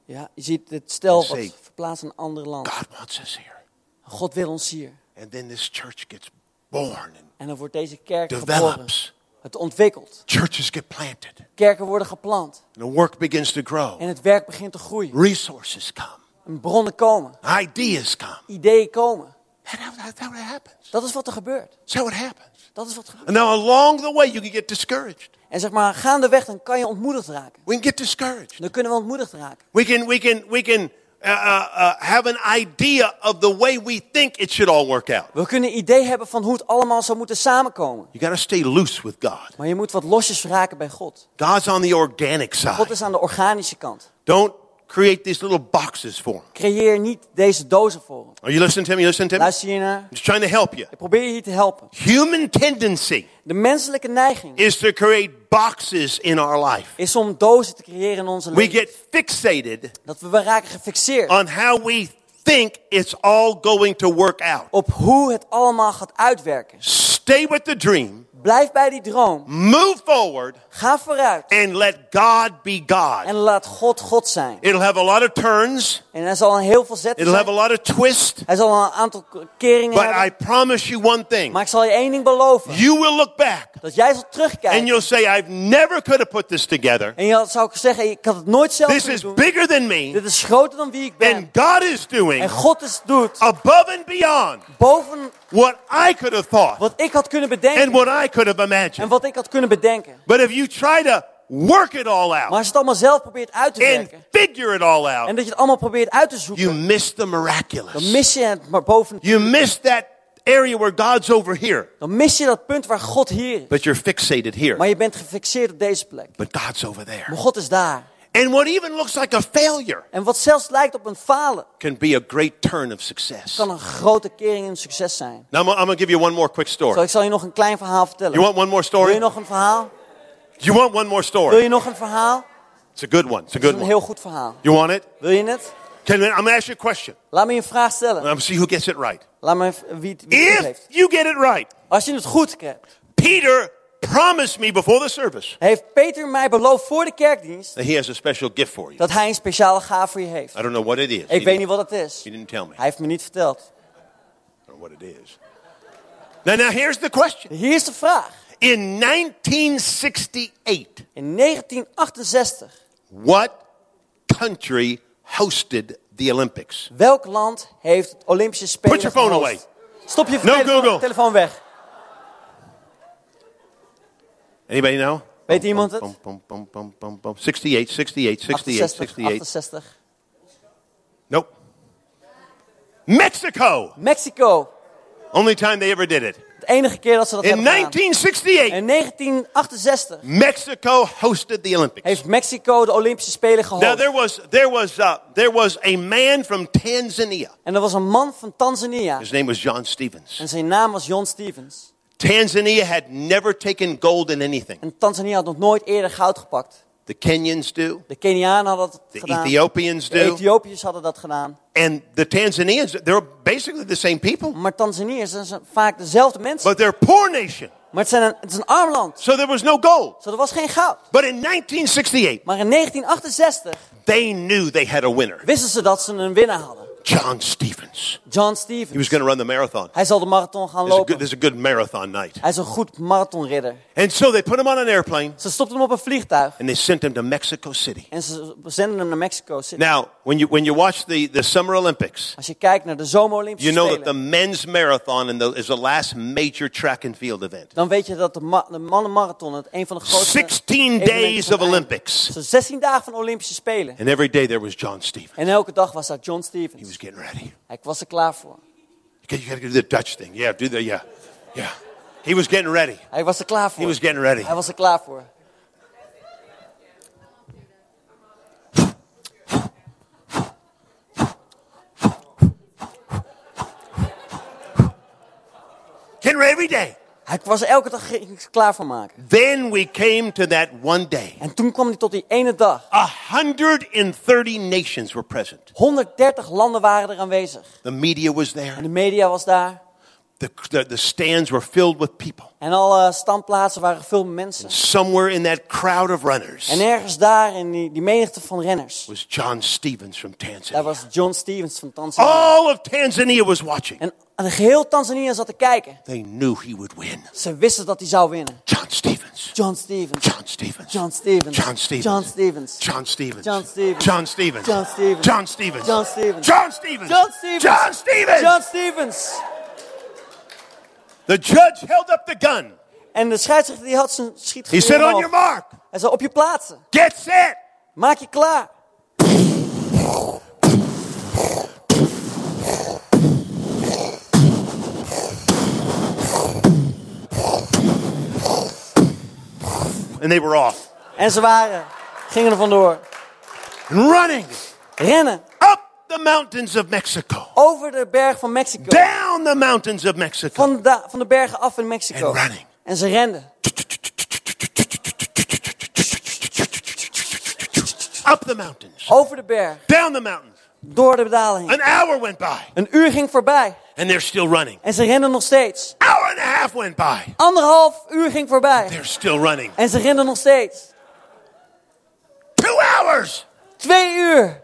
Speaker 1: Ja, je ziet het stel wat
Speaker 4: Zee.
Speaker 1: verplaatst in een ander land.
Speaker 4: God wants us here.
Speaker 1: God wil ons hier.
Speaker 4: And then this church gets born and
Speaker 1: En dan wordt deze kerk geboren.
Speaker 4: develops.
Speaker 1: Het ontwikkelt.
Speaker 4: Churches get planted
Speaker 1: Kerken worden geplant.
Speaker 4: and the work begins to grow.
Speaker 1: En het werk begint te groeien.
Speaker 4: Resources come,
Speaker 1: En bronnen komen.
Speaker 4: ideas come.
Speaker 1: Ideeën komen.
Speaker 4: And that, that, that happens.
Speaker 1: Dat is wat er gebeurt.
Speaker 4: That's how it happens.
Speaker 1: Dat is wat er gebeurt.
Speaker 4: And now along the way, you can get discouraged.
Speaker 1: En zeg maar, gaandeweg dan kan je ontmoedigd raken.
Speaker 4: We can get discouraged.
Speaker 1: Dan kunnen we ontmoedigd raken.
Speaker 4: We can, we can, we can uh, uh, uh, have an idea of the way we think it should all work out.
Speaker 1: We kunnen een idee hebben van hoe het allemaal zou moeten samenkomen.
Speaker 4: You got to stay loose with God.
Speaker 1: Maar je moet wat losjes raken bij God.
Speaker 4: God's on the organic
Speaker 1: God
Speaker 4: side.
Speaker 1: is aan de organische kant.
Speaker 4: Don't create these little boxes for him.
Speaker 1: Creëer niet deze dozen voor hem.
Speaker 4: Are you listening to me? You listening to me? I'm
Speaker 1: Luister hiernaar.
Speaker 4: just trying to help you.
Speaker 1: Ik probeer je hier te helpen.
Speaker 4: Human tendency
Speaker 1: De menselijke neiging
Speaker 4: is to create boxes in our life.
Speaker 1: is om dozen te creëren in onze
Speaker 4: We
Speaker 1: leven.
Speaker 4: get fixated
Speaker 1: Dat we wel raken gefixeerd
Speaker 4: on how we think it's all going to work out.
Speaker 1: op hoe het allemaal gaat uitwerken. Dus
Speaker 4: Stay with the dream,
Speaker 1: Blijf bij die droom.
Speaker 4: move forward,
Speaker 1: Ga vooruit.
Speaker 4: and let God be
Speaker 1: En
Speaker 4: God.
Speaker 1: laat God God zijn.
Speaker 4: It'll have a lot of turns,
Speaker 1: En hij zal een heel veel zetten
Speaker 4: it'll have a
Speaker 1: zijn.
Speaker 4: lot of twists,
Speaker 1: Hij zal een aantal keringen
Speaker 4: but I
Speaker 1: hebben.
Speaker 4: promise you one thing.
Speaker 1: Maar ik zal je één ding beloven.
Speaker 4: You will look back
Speaker 1: Dat jij zal
Speaker 4: and
Speaker 1: terugkijken.
Speaker 4: you'll say, I've never could have put this together.
Speaker 1: En je zou ik zeggen, ik had het nooit zelf
Speaker 4: This
Speaker 1: kunnen
Speaker 4: is
Speaker 1: doen.
Speaker 4: bigger than me,
Speaker 1: Dit is groter dan wie ik ben.
Speaker 4: and Ah. God is doing
Speaker 1: En God is doet
Speaker 4: above and beyond
Speaker 1: boven
Speaker 4: what I could have thought
Speaker 1: wat ik had kunnen
Speaker 4: and
Speaker 1: bedenken.
Speaker 4: what I could have
Speaker 1: En
Speaker 4: imagined.
Speaker 1: wat ik had kunnen bedenken.
Speaker 4: But if you try to work it all
Speaker 1: Maar
Speaker 4: out
Speaker 1: als je het allemaal zelf probeert uit te
Speaker 4: and
Speaker 1: werken.
Speaker 4: figure it all out,
Speaker 1: En dat je het allemaal probeert uit te
Speaker 4: you
Speaker 1: zoeken.
Speaker 4: miss the
Speaker 1: Dan
Speaker 4: miraculous.
Speaker 1: mis je het maar boven.
Speaker 4: You miss that area where God's over here,
Speaker 1: Dan mis je dat punt waar God hier is.
Speaker 4: but you're fixated here.
Speaker 1: Maar je bent gefixeerd op deze plek.
Speaker 4: But God's over there.
Speaker 1: Maar God is daar.
Speaker 4: And what even looks like a failure
Speaker 1: En wat zelfs lijkt op een falen,
Speaker 4: can be a great turn of success.
Speaker 1: kan
Speaker 4: Now,
Speaker 1: een grote kering in succes zijn.
Speaker 4: I'm, I'm going to give you one more quick
Speaker 1: Zo,
Speaker 4: story.
Speaker 1: ik zal je nog een klein verhaal
Speaker 4: You
Speaker 1: vertellen.
Speaker 4: want one more
Speaker 1: Wil je
Speaker 4: story?
Speaker 1: nog een verhaal?
Speaker 4: You want one more
Speaker 1: Wil
Speaker 4: story?
Speaker 1: je nog een verhaal?
Speaker 4: It's a good one. It's a
Speaker 1: Dat is
Speaker 4: good
Speaker 1: een
Speaker 4: one.
Speaker 1: heel goed verhaal.
Speaker 4: You want it?
Speaker 1: Wil je het?
Speaker 4: Can, I'm going to ask you a question.
Speaker 1: Laat me je een vraag
Speaker 4: I'm
Speaker 1: stellen.
Speaker 4: going to see who gets it right.
Speaker 1: Laat me even- wie het, wie het goed
Speaker 4: If
Speaker 1: heeft.
Speaker 4: you get it right,
Speaker 1: Als je het goed krijgt,
Speaker 4: Peter promised me before the service
Speaker 1: heeft Peter mij beloofd voor de kerkdienst
Speaker 4: that he has a special gift for you.
Speaker 1: dat hij een speciale gaaf voor je heeft.
Speaker 4: I don't know what it is.
Speaker 1: Ik
Speaker 4: He
Speaker 1: weet
Speaker 4: didn't-
Speaker 1: niet wat het is.
Speaker 4: He didn't tell me.
Speaker 1: Hij heeft me niet verteld.
Speaker 4: I don't know what it is. Now, now here's the question.
Speaker 1: Hier is de vraag.
Speaker 4: In 1968,
Speaker 1: In 1968,
Speaker 4: what country hosted the Olympics?
Speaker 1: welk land heeft het Olympische Spelen
Speaker 4: Put your phone
Speaker 1: gehost?
Speaker 4: away.
Speaker 1: Stop je
Speaker 4: No
Speaker 1: telefoon,
Speaker 4: Google.
Speaker 1: telefoon weg.
Speaker 4: Anybody know?
Speaker 1: Weet iemand het?
Speaker 4: Pom, pom, pom, pom, pom, pom. 68, 68, 68,
Speaker 1: 68,
Speaker 4: 68.
Speaker 1: 68.
Speaker 4: Nope. Mexico.
Speaker 1: Mexico.
Speaker 4: Only time they ever did it.
Speaker 1: De enige keer dat ze dat
Speaker 4: In
Speaker 1: hebben gedaan.
Speaker 4: 1968,
Speaker 1: In 1968
Speaker 4: Mexico hosted the Olympics.
Speaker 1: heeft Mexico de Olympische Spelen
Speaker 4: Now
Speaker 1: gehoord.
Speaker 4: there was there was uh, there was a man from Tanzania.
Speaker 1: En er was een man van Tanzania.
Speaker 4: His name was John Stevens.
Speaker 1: En zijn naam was John Stevens.
Speaker 4: Tanzania had never taken gold in anything.
Speaker 1: En Tanzania had nog nooit eerder goud gepakt.
Speaker 4: The Kenyans do.
Speaker 1: De Kenianen hadden dat
Speaker 4: The
Speaker 1: gedaan.
Speaker 4: Ethiopians
Speaker 1: De
Speaker 4: do.
Speaker 1: Ethiopiërs hadden dat gedaan.
Speaker 4: And the Tanzanians, they're basically the same people,
Speaker 1: Maar Tanzaniërs zijn ze- vaak dezelfde mensen.
Speaker 4: but they're a poor nation.
Speaker 1: Maar het, zijn een, het is een arm land.
Speaker 4: So there was no gold.
Speaker 1: Zo, er was geen goud.
Speaker 4: But in 1968,
Speaker 1: Maar in 1968
Speaker 4: they knew they had a winner.
Speaker 1: wisten ze dat ze een winnaar hadden.
Speaker 4: John Stevens.
Speaker 1: John
Speaker 4: He
Speaker 1: Stevens.
Speaker 4: was going to run the marathon.
Speaker 1: Hij zal de marathon gaan
Speaker 4: This is, a good,
Speaker 1: lopen.
Speaker 4: this is a good marathon night.
Speaker 1: Hij is een goed marathonridder.
Speaker 4: And so they put him on an airplane
Speaker 1: Ze stopten hem op een vliegtuig
Speaker 4: and they sent him to Mexico City.
Speaker 1: en ze zenden hem naar Mexico City.
Speaker 4: Now, when you, when you watch the, the Summer Olympics,
Speaker 1: Als je kijkt naar de zomerolympische
Speaker 4: you know that the
Speaker 1: Spelen,
Speaker 4: men's marathon and the, is the last major track and field event.
Speaker 1: dan weet je dat de, ma- de mannenmarathon het een van de grootste
Speaker 4: 16
Speaker 1: evenementen
Speaker 4: days
Speaker 1: van het
Speaker 4: of
Speaker 1: einde.
Speaker 4: Olympics.
Speaker 1: Zo'n 16 dagen van Olympische Spelen.
Speaker 4: And every day there was John Stevens.
Speaker 1: En elke dag was daar John
Speaker 4: He was
Speaker 1: Stevens.
Speaker 4: getting ready.
Speaker 1: Hij was er klaar voor.
Speaker 4: Okay, you got to do the Dutch thing. Yeah, do the, yeah. Yeah. He was getting ready.
Speaker 1: Hij was er klaar voor.
Speaker 4: He was getting ready.
Speaker 1: Hij was er klaar voor.
Speaker 4: Getting ready every day.
Speaker 1: Hij was er elke dag ging hij klaar voor maken.
Speaker 4: Then we came to that one day.
Speaker 1: En toen kwam hij tot die ene dag.
Speaker 4: 130 nations were present.
Speaker 1: 130 landen waren er aanwezig.
Speaker 4: The media was
Speaker 1: En
Speaker 4: there.
Speaker 1: de media was daar.
Speaker 4: The, the, the stands were filled with people.
Speaker 1: En alle standplaatsen waren gevuld met mensen.
Speaker 4: Somewhere in that crowd of
Speaker 1: En
Speaker 4: runners
Speaker 1: ergens daar in die, die menigte van renners.
Speaker 4: was John Stevens from
Speaker 1: Daar
Speaker 4: Tanzania.
Speaker 1: was John Stevens van Tanzania.
Speaker 4: All of Tanzania was watching.
Speaker 1: En de geheel Tanzania zat te kijken.
Speaker 4: They knew he would win.
Speaker 1: Ze wisten dat hij zou winnen.
Speaker 4: John Stevens.
Speaker 1: John Stevens.
Speaker 4: John Stevens.
Speaker 1: John Stevens.
Speaker 4: John Stevens.
Speaker 1: John Stevens. John
Speaker 4: John Stevens.
Speaker 1: Stevens.
Speaker 4: John Stevens.
Speaker 1: John Stevens.
Speaker 4: John Stevens.
Speaker 1: John Stevens. John
Speaker 4: John Stevens.
Speaker 1: Stevens.
Speaker 4: John Stevens.
Speaker 1: John Stevens.
Speaker 4: The judge held up the gun.
Speaker 1: En de scheidsrechter die had zijn schiet
Speaker 4: He said, "On your mark,
Speaker 1: Hij zei, op je plaatsen.
Speaker 4: get set."
Speaker 1: Maak je klaar.
Speaker 4: And they were off
Speaker 1: En ze waren, gingen er vandoor.
Speaker 4: and running
Speaker 1: Rennen
Speaker 4: up the mountains of Mexico,
Speaker 1: over de berg van Mexico.
Speaker 4: down the mountains of Mexico.
Speaker 1: Van de, van de bergen af in Mexico.
Speaker 4: And running.
Speaker 1: En ze renden.
Speaker 4: Up the mountains,
Speaker 1: Over de berg.
Speaker 4: down the mountains.
Speaker 1: Door de bedaling.
Speaker 4: An hour went by,
Speaker 1: Een uur ging voorbij.
Speaker 4: and they're still running.
Speaker 1: En ze renden nog steeds.
Speaker 4: Hour and a half went by,
Speaker 1: Anderhalf uur ging voorbij.
Speaker 4: they're still running.
Speaker 1: En ze renden nog steeds.
Speaker 4: Two hours.
Speaker 1: Twee uur.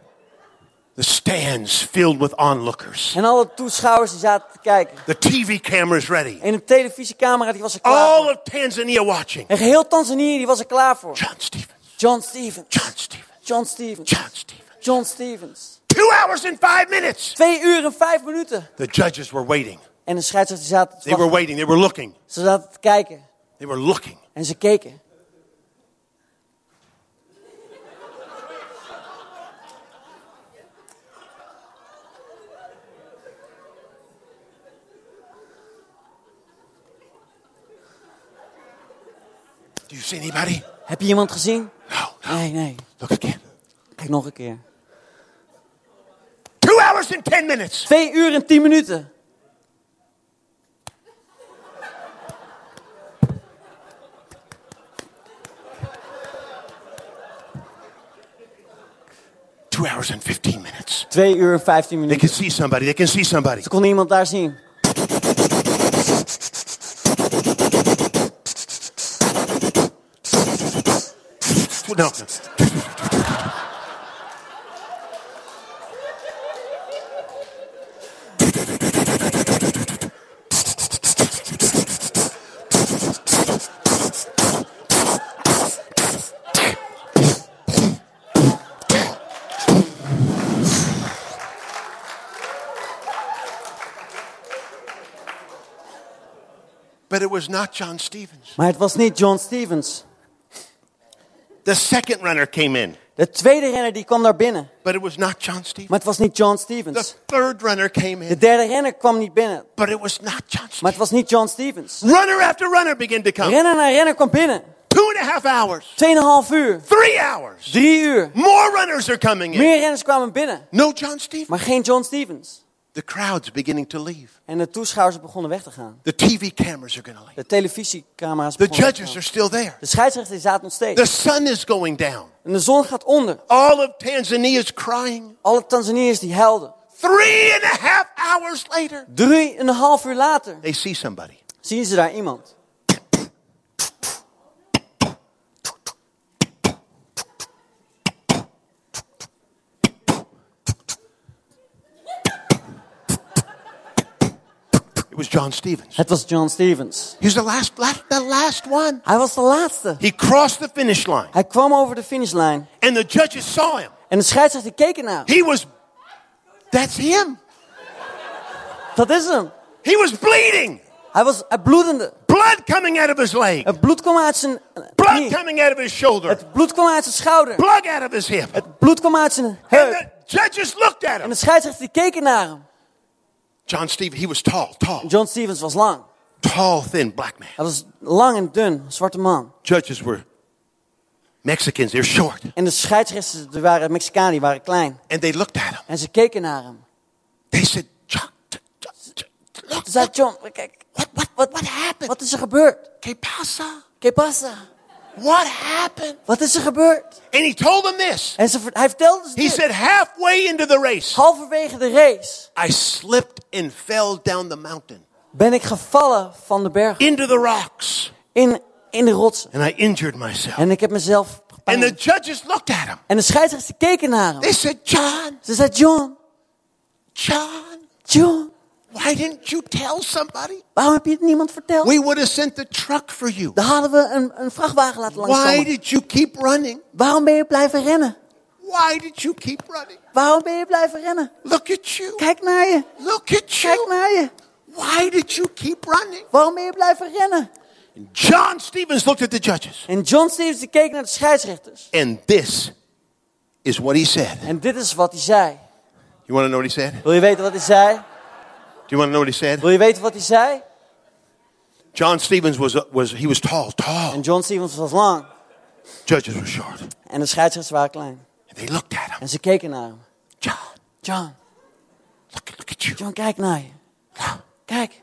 Speaker 4: The stands filled with onlookers.
Speaker 1: En alle toeschouwers die zaten te kijken.
Speaker 4: The TV cameras ready.
Speaker 1: En de televisiecamera die was er klaar
Speaker 4: All
Speaker 1: voor.
Speaker 4: of Tanzania watching.
Speaker 1: En geheel Tanzania die was er klaar voor.
Speaker 4: John Stevens.
Speaker 1: John Stevens.
Speaker 4: John Stevens.
Speaker 1: John Stevens.
Speaker 4: John Stevens.
Speaker 1: John Stevens.
Speaker 4: Two hours and five minutes.
Speaker 1: Twee uur en vijf minuten.
Speaker 4: The judges were waiting.
Speaker 1: En de scheidsrechter zaten te
Speaker 4: They were
Speaker 1: wachten.
Speaker 4: waiting. They were looking.
Speaker 1: Ze zaten te kijken.
Speaker 4: They were looking.
Speaker 1: En ze keken.
Speaker 4: Do you see anybody?
Speaker 1: Heb je iemand gezien?
Speaker 4: No. no.
Speaker 1: Nee, nee.
Speaker 4: Look again.
Speaker 1: Kijk nog een keer.
Speaker 4: Two hours and ten minutes.
Speaker 1: Twee uur en tien minuten.
Speaker 4: Two hours and fifteen minutes.
Speaker 1: Twee uur en vijftien
Speaker 4: They
Speaker 1: minuten.
Speaker 4: can see somebody. They can see somebody.
Speaker 1: Ze kon iemand daar zien.
Speaker 4: No. But it was not John Stevens.
Speaker 1: Maar het was niet John Stevens.
Speaker 4: The second runner came in,
Speaker 1: De tweede renner die kwam daar binnen.
Speaker 4: but it was not John Stevens.
Speaker 1: Maar het was niet John
Speaker 4: The
Speaker 1: Stevens.
Speaker 4: third runner came
Speaker 1: De
Speaker 4: in,
Speaker 1: derde renner kwam niet binnen.
Speaker 4: but it was not John
Speaker 1: Maar het
Speaker 4: Stevens.
Speaker 1: was niet John Stevens.
Speaker 4: Runner after runner began to come.
Speaker 1: Renner na renner kwam binnen.
Speaker 4: Two and a half hours,
Speaker 1: Tweeënhalf uur.
Speaker 4: three hours.
Speaker 1: Drie uur.
Speaker 4: More runners are coming in.
Speaker 1: Meer renners kwamen binnen.
Speaker 4: No John Stevens.
Speaker 1: Maar geen John Stevens.
Speaker 4: The crowd's beginning to leave.
Speaker 1: En de toeschouwers begonnen weg te gaan.
Speaker 4: The TV cameras are going to leave.
Speaker 1: De televisiecamera's
Speaker 4: The
Speaker 1: begonnen weg te
Speaker 4: judges Dus-
Speaker 1: gaan.
Speaker 4: are still there.
Speaker 1: De scheidsrechter zaten nog steeds.
Speaker 4: The sun is going down.
Speaker 1: En de zon gaat onder.
Speaker 4: All of Tanzania's crying.
Speaker 1: Alle Tanzaniërs die huilden.
Speaker 4: Three and a half hours later,
Speaker 1: Drie en een half uur later
Speaker 4: they see somebody.
Speaker 1: zien ze daar iemand.
Speaker 4: It was John Stevens.
Speaker 1: Het was John Stevens.
Speaker 4: He was the last, last, the last one.
Speaker 1: Hij was de laatste.
Speaker 4: He crossed the finish line,
Speaker 1: Hij kwam over de finishlijn.
Speaker 4: and the judges saw him.
Speaker 1: En de scheidsrechter keek ernaar.
Speaker 4: He was, that's him.
Speaker 1: Dat is hem.
Speaker 4: He was bleeding,
Speaker 1: Hij was hij bloedende.
Speaker 4: blood coming out of his leg,
Speaker 1: Het bloed kwam uit zijn
Speaker 4: blood
Speaker 1: knie.
Speaker 4: coming out of his shoulder,
Speaker 1: Het bloed kwam uit zijn schouder.
Speaker 4: blood out of his hip.
Speaker 1: Het bloed kwam uit zijn
Speaker 4: And
Speaker 1: heup.
Speaker 4: the judges looked at
Speaker 1: En
Speaker 4: him.
Speaker 1: de scheidsrechter die keek naar hem.
Speaker 4: John Stevens, he was tall, tall,
Speaker 1: John Stevens was lang.
Speaker 4: tall, thin black man.
Speaker 1: Hij was lang en dun, een zwarte man.
Speaker 4: Judges were Mexicans, they're short.
Speaker 1: En de scheidsrechters die waren Mexicanen, die waren klein.
Speaker 4: And they looked at him.
Speaker 1: En ze keken naar hem.
Speaker 4: They said, John, t- t- t- look,
Speaker 1: Toen zei John, kijk,
Speaker 4: what, what, what, what happened?
Speaker 1: wat is er gebeurd?
Speaker 4: ¿Qué pasa?
Speaker 1: ¿Qué pasa?
Speaker 4: What happened?
Speaker 1: Wat is er gebeurd?
Speaker 4: And he told them this.
Speaker 1: En ze, ver- hij vertelde ze
Speaker 4: He
Speaker 1: dit.
Speaker 4: said, halfway into the race,
Speaker 1: Halverwege de race
Speaker 4: I slipped and fell down the mountain
Speaker 1: ben ik gevallen van de berg
Speaker 4: into the rocks,
Speaker 1: in, in de rotsen.
Speaker 4: and I injured myself.
Speaker 1: En ik heb mezelf
Speaker 4: And the
Speaker 1: gepijnigd.
Speaker 4: judges looked at him.
Speaker 1: En de scheidsrechter keken naar hem.
Speaker 4: They said, John,
Speaker 1: Ze zei, John,
Speaker 4: John,
Speaker 1: John,
Speaker 4: why didn't you tell somebody?
Speaker 1: waarom heb je het niemand verteld?
Speaker 4: We would have sent the truck for you.
Speaker 1: Daar hadden we een, een vrachtwagen laten
Speaker 4: Why
Speaker 1: langskomen.
Speaker 4: did you keep running?
Speaker 1: Waarom ben je blijven rennen?
Speaker 4: Why did you keep running?
Speaker 1: Waarom ben je blijven rennen?
Speaker 4: Look at you.
Speaker 1: Kijk naar je.
Speaker 4: Look at
Speaker 1: Kijk
Speaker 4: you.
Speaker 1: naar je.
Speaker 4: Why did you keep running?
Speaker 1: Waarom ben je blijven rennen?
Speaker 4: John Stevens looked at the judges.
Speaker 1: En John Stevens die keek naar de scheidsrechters.
Speaker 4: And this is what he said.
Speaker 1: En dit is wat hij zei.
Speaker 4: You want to know what he said?
Speaker 1: Wil je weten wat hij zei?
Speaker 4: Do you want to know what he said?
Speaker 1: Wil je weten wat hij zei?
Speaker 4: John Stevens was, was he was tall,
Speaker 1: En
Speaker 4: tall.
Speaker 1: John Stevens was lang.
Speaker 4: Judges were short. And
Speaker 1: En de scheidsrechters waren klein.
Speaker 4: they looked at him.
Speaker 1: En ze keken naar hem.
Speaker 4: John,
Speaker 1: John,
Speaker 4: look, look at you.
Speaker 1: John, kijk naar je. Kijk,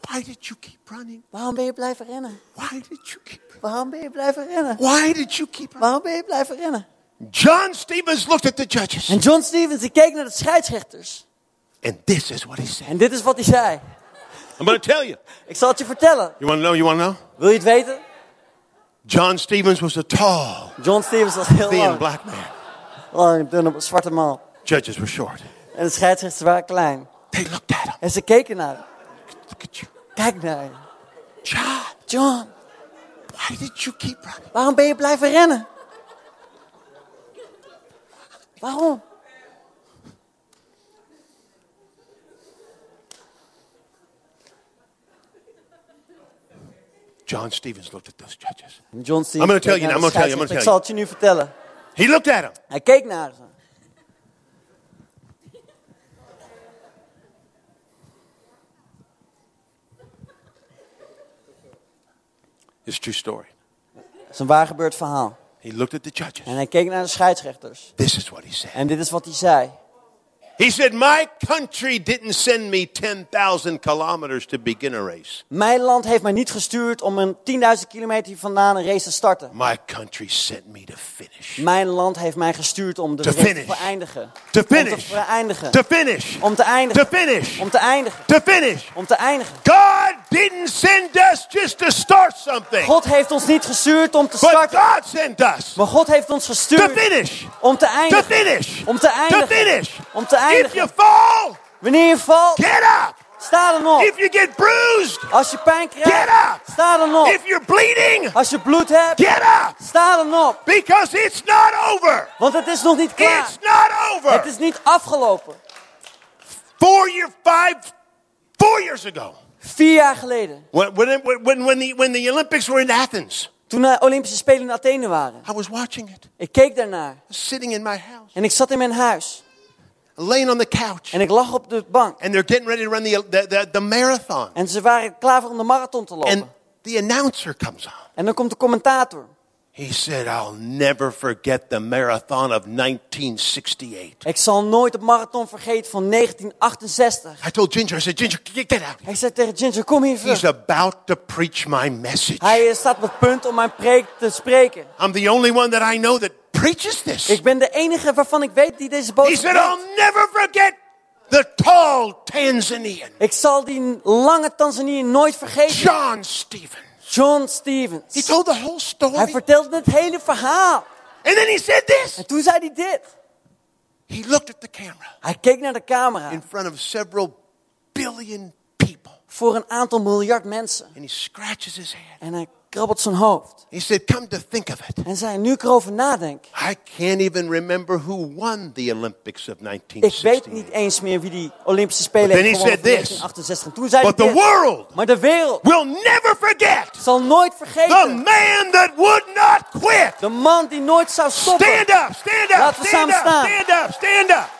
Speaker 4: Why did you keep running?
Speaker 1: waarom ben je blijven rennen?
Speaker 4: Why did you keep running?
Speaker 1: Waarom ben je blijven rennen?
Speaker 4: Why did you keep running?
Speaker 1: Waarom ben je blijven rennen?
Speaker 4: John Stevens looked at the judges.
Speaker 1: En John Stevens die keek naar de scheidsrechters.
Speaker 4: And this is what he said.
Speaker 1: En dit is wat hij zei.
Speaker 4: I'm going to tell you.
Speaker 1: Ik zal het je vertellen.
Speaker 4: You want to know? You want to know?
Speaker 1: Wil je het weten?
Speaker 4: John Stevens was a tall,
Speaker 1: John Stevens was heel
Speaker 4: thin
Speaker 1: lang.
Speaker 4: black man.
Speaker 1: Lang, dunne, zwarte man.
Speaker 4: Judges were short.
Speaker 1: En de scheidsrechters waren klein.
Speaker 4: They looked at him.
Speaker 1: En ze keken naar hem.
Speaker 4: Look at you.
Speaker 1: Kijk naar je.
Speaker 4: John,
Speaker 1: John,
Speaker 4: why did you keep running?
Speaker 1: waarom ben je blijven rennen? Waarom?
Speaker 4: John Stevens looked at those judges.
Speaker 1: En John Stevens.
Speaker 4: I'm gonna tell
Speaker 1: keek
Speaker 4: you
Speaker 1: naar
Speaker 4: now,
Speaker 1: de
Speaker 4: I'm gonna tell you, I'm
Speaker 1: scheidsrechter.
Speaker 4: gonna
Speaker 1: Ik zal het je nu vertellen.
Speaker 4: He looked at him.
Speaker 1: Hij keek naar ze.
Speaker 4: It's a true story.
Speaker 1: Het is een waar gebeurd verhaal.
Speaker 4: He looked at the
Speaker 1: En
Speaker 4: judges.
Speaker 1: hij keek naar de scheidsrechters.
Speaker 4: This is what he said.
Speaker 1: En dit is wat hij zei.
Speaker 4: He said, My country didn't send me 10,000 kilometers to begin a race.
Speaker 1: Mijn land heeft mij niet gestuurd om een 10.000 kilometer hier vandaan een race te starten.
Speaker 4: My country sent me to finish.
Speaker 1: Mijn land heeft mij gestuurd om de
Speaker 4: To
Speaker 1: race
Speaker 4: finish.
Speaker 1: te vereindigen.
Speaker 4: To
Speaker 1: Om te
Speaker 4: finish.
Speaker 1: vereindigen.
Speaker 4: To finish.
Speaker 1: om te
Speaker 4: To
Speaker 1: eindigen.
Speaker 4: finish.
Speaker 1: Om te eindigen.
Speaker 4: To finish.
Speaker 1: Om te eindigen.
Speaker 4: God didn't send us just to start something,
Speaker 1: God heeft ons niet gestuurd om te
Speaker 4: but
Speaker 1: starten.
Speaker 4: God sent us
Speaker 1: Maar God heeft ons
Speaker 4: to
Speaker 1: gestuurd
Speaker 4: finish.
Speaker 1: om te
Speaker 4: To
Speaker 1: eindigen.
Speaker 4: finish.
Speaker 1: Om te
Speaker 4: To
Speaker 1: eindigen.
Speaker 4: finish.
Speaker 1: Om te
Speaker 4: If
Speaker 1: eindigen.
Speaker 4: you fall,
Speaker 1: Wanneer je valt,
Speaker 4: get up.
Speaker 1: sta dan op.
Speaker 4: If you get bruised,
Speaker 1: Als je pijn
Speaker 4: Get
Speaker 1: krijgt,
Speaker 4: up!
Speaker 1: sta dan op.
Speaker 4: if you're bleeding,
Speaker 1: Als je bloed hebt,
Speaker 4: get up.
Speaker 1: sta dan op.
Speaker 4: Because it's not over.
Speaker 1: Want het is nog niet klaar.
Speaker 4: It's not
Speaker 1: Het
Speaker 4: over.
Speaker 1: is niet afgelopen.
Speaker 4: Four year, five, four years ago,
Speaker 1: Vier jaar geleden,
Speaker 4: when, when, when, when, the, when the Olympics were in Athens,
Speaker 1: toen de Olympische Spelen in Athene waren.
Speaker 4: I was watching it,
Speaker 1: Ik keek daarnaar
Speaker 4: sitting in my house,
Speaker 1: en ik zat in mijn huis.
Speaker 4: laying on the couch,
Speaker 1: En ik lag op de bank.
Speaker 4: and they're getting ready to run the, the, the, the marathon.
Speaker 1: En ze waren klaar voor om de marathon te
Speaker 4: And
Speaker 1: lopen.
Speaker 4: the announcer comes on.
Speaker 1: En dan komt de commentator.
Speaker 4: He said, I'll never forget the marathon of 1968.
Speaker 1: Ik zal nooit de marathon vergeten van 1968.
Speaker 4: I told Ginger, I said, Ginger, get get out.
Speaker 1: Ik zei tegen Ginger, kom hier
Speaker 4: He's
Speaker 1: terug.
Speaker 4: about to preach my message.
Speaker 1: Hij eh, staat op het punt om mijn preek te spreken.
Speaker 4: I'm the only one that I know that preaches this.
Speaker 1: Ik ben de enige waarvan ik weet die deze
Speaker 4: He
Speaker 1: boodschap
Speaker 4: said,
Speaker 1: brengt.
Speaker 4: I'll never forget the tall Tanzanian,
Speaker 1: Ik zal die lange Tanzanië nooit vergeten.
Speaker 4: John Stevens.
Speaker 1: John
Speaker 4: He
Speaker 1: Stevens.
Speaker 4: told the whole story.
Speaker 1: Hij
Speaker 4: And
Speaker 1: vertelde het hele verhaal.
Speaker 4: then he said this
Speaker 1: En toen zei hij dit.
Speaker 4: He looked at the camera
Speaker 1: Hij keek naar de camera
Speaker 4: in front of several billion people
Speaker 1: voor een aantal miljard mensen.
Speaker 4: and he scratches his head.
Speaker 1: En hij krabbelt zijn hoofd.
Speaker 4: He said, Come to think of it,
Speaker 1: En zei, nu ik erover nadenk,
Speaker 4: I can't even remember who won the Olympics of
Speaker 1: ik weet niet
Speaker 4: 1960.
Speaker 1: eens meer wie die Olympische Spelen
Speaker 4: But then
Speaker 1: heeft
Speaker 4: he
Speaker 1: gewonnen
Speaker 4: said
Speaker 1: van
Speaker 4: this.
Speaker 1: 1968. En Toen zei hij
Speaker 4: But the
Speaker 1: dit,
Speaker 4: world
Speaker 1: maar de wereld
Speaker 4: will never forget
Speaker 1: zal nooit
Speaker 4: the
Speaker 1: vergeten.
Speaker 4: man that would not quit.
Speaker 1: De man die nooit zou stoppen.
Speaker 4: Stand up, stand up,
Speaker 1: Laten we
Speaker 4: stand
Speaker 1: samen
Speaker 4: up,
Speaker 1: staan.
Speaker 4: stand up, stand up.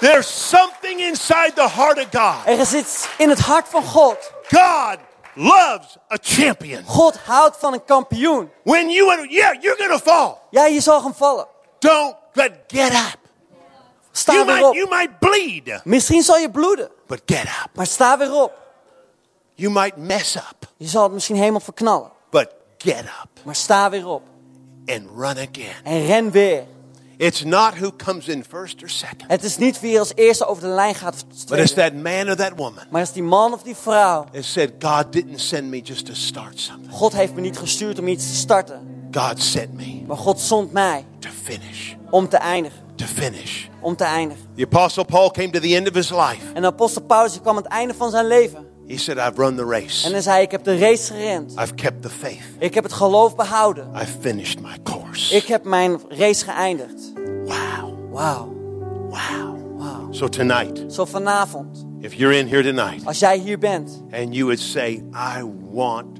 Speaker 4: There's something inside the heart of God.
Speaker 1: Er is iets in het hart van God.
Speaker 4: God loves a champion.
Speaker 1: God houdt van een kampioen.
Speaker 4: When you and yeah, you're gonna fall.
Speaker 1: Ja, je zal gaan vallen.
Speaker 4: Don't but get up.
Speaker 1: Sta
Speaker 4: You
Speaker 1: weer
Speaker 4: might
Speaker 1: op.
Speaker 4: you might bleed,
Speaker 1: Misschien zal je bloeden,
Speaker 4: but get up.
Speaker 1: maar sta weer op.
Speaker 4: You might mess up,
Speaker 1: Je zal het misschien helemaal verknallen,
Speaker 4: but get up
Speaker 1: maar sta weer op.
Speaker 4: and run again.
Speaker 1: En ren weer.
Speaker 4: It's not who comes in first or second,
Speaker 1: Het is niet wie er als eerste over de lijn gaat of als
Speaker 4: but it's
Speaker 1: tweede.
Speaker 4: that man or that woman
Speaker 1: Maar het is die man of die vrouw.
Speaker 4: that said, God didn't send me just to start something.
Speaker 1: God heeft me niet gestuurd om iets te starten,
Speaker 4: God sent me
Speaker 1: maar God zond mij
Speaker 4: to finish,
Speaker 1: om te eindigen.
Speaker 4: to finish.
Speaker 1: Om te eindigen.
Speaker 4: The Apostle Paul came to the end of his life.
Speaker 1: En de apostel Paulus die kwam aan het einde van zijn leven.
Speaker 4: He said, I've run the race.
Speaker 1: En hij zei, ik heb de race gerend.
Speaker 4: I've kept the faith.
Speaker 1: Ik heb het geloof behouden.
Speaker 4: I've finished my course.
Speaker 1: Ik heb mijn race geëindigd.
Speaker 4: Wow.
Speaker 1: Wauw.
Speaker 4: Wow. So tonight,
Speaker 1: Zo vanavond,
Speaker 4: if you're in here tonight
Speaker 1: als jij hier bent
Speaker 4: and you would say, I want,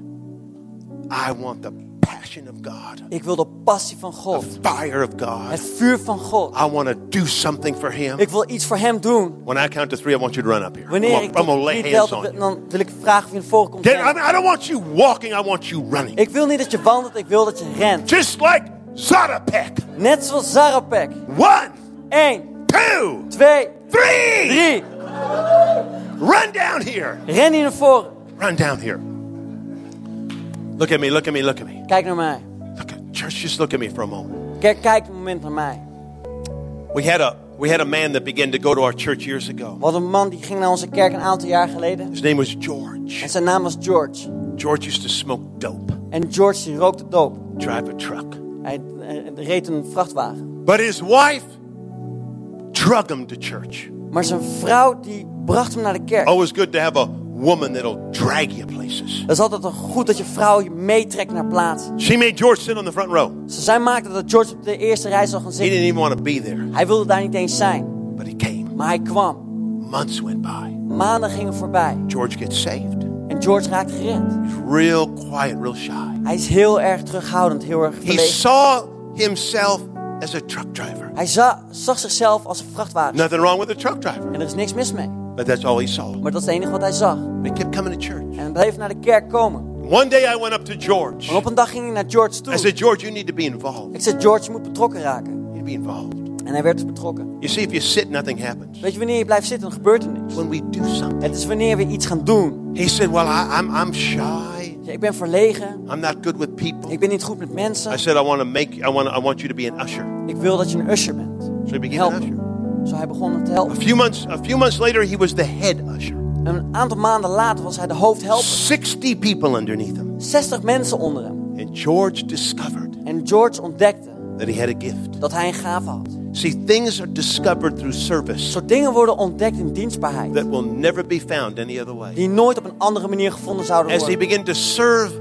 Speaker 4: I want the passion of God,
Speaker 1: Ik wil de passie van
Speaker 4: the
Speaker 1: God.
Speaker 4: fire of
Speaker 1: Het
Speaker 4: God.
Speaker 1: vuur van God.
Speaker 4: I want to do something for Him.
Speaker 1: Ik wil iets voor hem doen.
Speaker 4: When I count to three, I want you to run up here. I'm
Speaker 1: Wanneer ik
Speaker 4: going to lay
Speaker 1: tot drie tel,
Speaker 4: hands on
Speaker 1: tot-
Speaker 4: you.
Speaker 1: dan wil ik vragen of je naar voren komt.
Speaker 4: Then, I,
Speaker 1: rennen.
Speaker 4: mean, I don't want you walking, I want you running.
Speaker 1: Ik wil niet dat je wandelt, ik wil dat je rent.
Speaker 4: Just like Zadapek.
Speaker 1: Net zoals Zarapek.
Speaker 4: One,
Speaker 1: 1,
Speaker 4: two,
Speaker 1: 2,
Speaker 4: three.
Speaker 1: 3.
Speaker 4: Run down here.
Speaker 1: Ren hier naar voren.
Speaker 4: Run down here. Look at me, look at me, look at me.
Speaker 1: Kijk naar mij.
Speaker 4: Look at church, just look at me for a moment.
Speaker 1: Kijk, kijk een moment naar mij.
Speaker 4: We had a we had a man that began to go to our church years ago.
Speaker 1: Wat een man die ging naar onze kerk een aantal jaar geleden.
Speaker 4: His name was George.
Speaker 1: En zijn naam was George.
Speaker 4: George used to smoke dope,
Speaker 1: En George die rookte doop.
Speaker 4: drive a truck.
Speaker 1: Hij eh, reed een vrachtwagen.
Speaker 4: But his wife drug him to church.
Speaker 1: Maar zijn vrouw die bracht hem naar de kerk.
Speaker 4: Always good to have a woman that'll drag you places.
Speaker 1: Het is altijd een goed dat je vrouw je meetrekt naar plaats.
Speaker 4: She made George sit on the front row.
Speaker 1: Ze zij maakte dat George op de eerste rij zou gaan
Speaker 4: He
Speaker 1: zitten.
Speaker 4: didn't even want to be there,
Speaker 1: Hij wilde daar niet eens zijn,
Speaker 4: but he came.
Speaker 1: maar hij kwam.
Speaker 4: Months went by.
Speaker 1: Maanden gingen voorbij
Speaker 4: George gets saved.
Speaker 1: en George raakt gered.
Speaker 4: He's real quiet, real shy.
Speaker 1: Hij is heel erg terughoudend, heel erg
Speaker 4: He
Speaker 1: verlegen.
Speaker 4: saw himself as a truck driver.
Speaker 1: Hij za- zag zichzelf als een vrachtwagen
Speaker 4: Nothing wrong with a truck driver,
Speaker 1: en er is niks mis mee.
Speaker 4: but that's all he saw.
Speaker 1: Maar dat is het enige wat hij zag.
Speaker 4: But he kept coming to church.
Speaker 1: En hij bleef naar de kerk komen.
Speaker 4: One day I went up to George.
Speaker 1: En op een dag ging hij naar George
Speaker 4: I
Speaker 1: toe.
Speaker 4: said, George, you need to be involved.
Speaker 1: Ik zei, George, je moet betrokken raken.
Speaker 4: You need to be involved.
Speaker 1: En hij werd dus betrokken.
Speaker 4: You see, if you sit, nothing happens.
Speaker 1: Weet je, wanneer je blijft zitten, dan gebeurt er niks.
Speaker 4: When we do something.
Speaker 1: Het is wanneer we iets gaan doen.
Speaker 4: He said, Well, I, I'm, I'm shy.
Speaker 1: Ik ben verlegen.
Speaker 4: I'm not good with people.
Speaker 1: Ik ben niet goed met
Speaker 4: I
Speaker 1: mensen.
Speaker 4: said, I want to make I want I want you to be an usher.
Speaker 1: Ik wil dat je een usher bent.
Speaker 4: So he became
Speaker 1: Help
Speaker 4: an usher.
Speaker 1: me. Zo hij begon hem te
Speaker 4: A
Speaker 1: helpen.
Speaker 4: few months a few months later he was the head usher.
Speaker 1: En een aantal maanden later was hij de hoofdhelper.
Speaker 4: Sixty people underneath him.
Speaker 1: 60 mensen onder hem.
Speaker 4: And George discovered
Speaker 1: En George ontdekte
Speaker 4: that he had a gift.
Speaker 1: dat hij een gave had.
Speaker 4: See, things are discovered through service
Speaker 1: Zo dingen worden ontdekt in dienstbaarheid.
Speaker 4: that will never be found any other way.
Speaker 1: Die nooit op een andere manier gevonden zouden
Speaker 4: As he
Speaker 1: worden.
Speaker 4: began to serve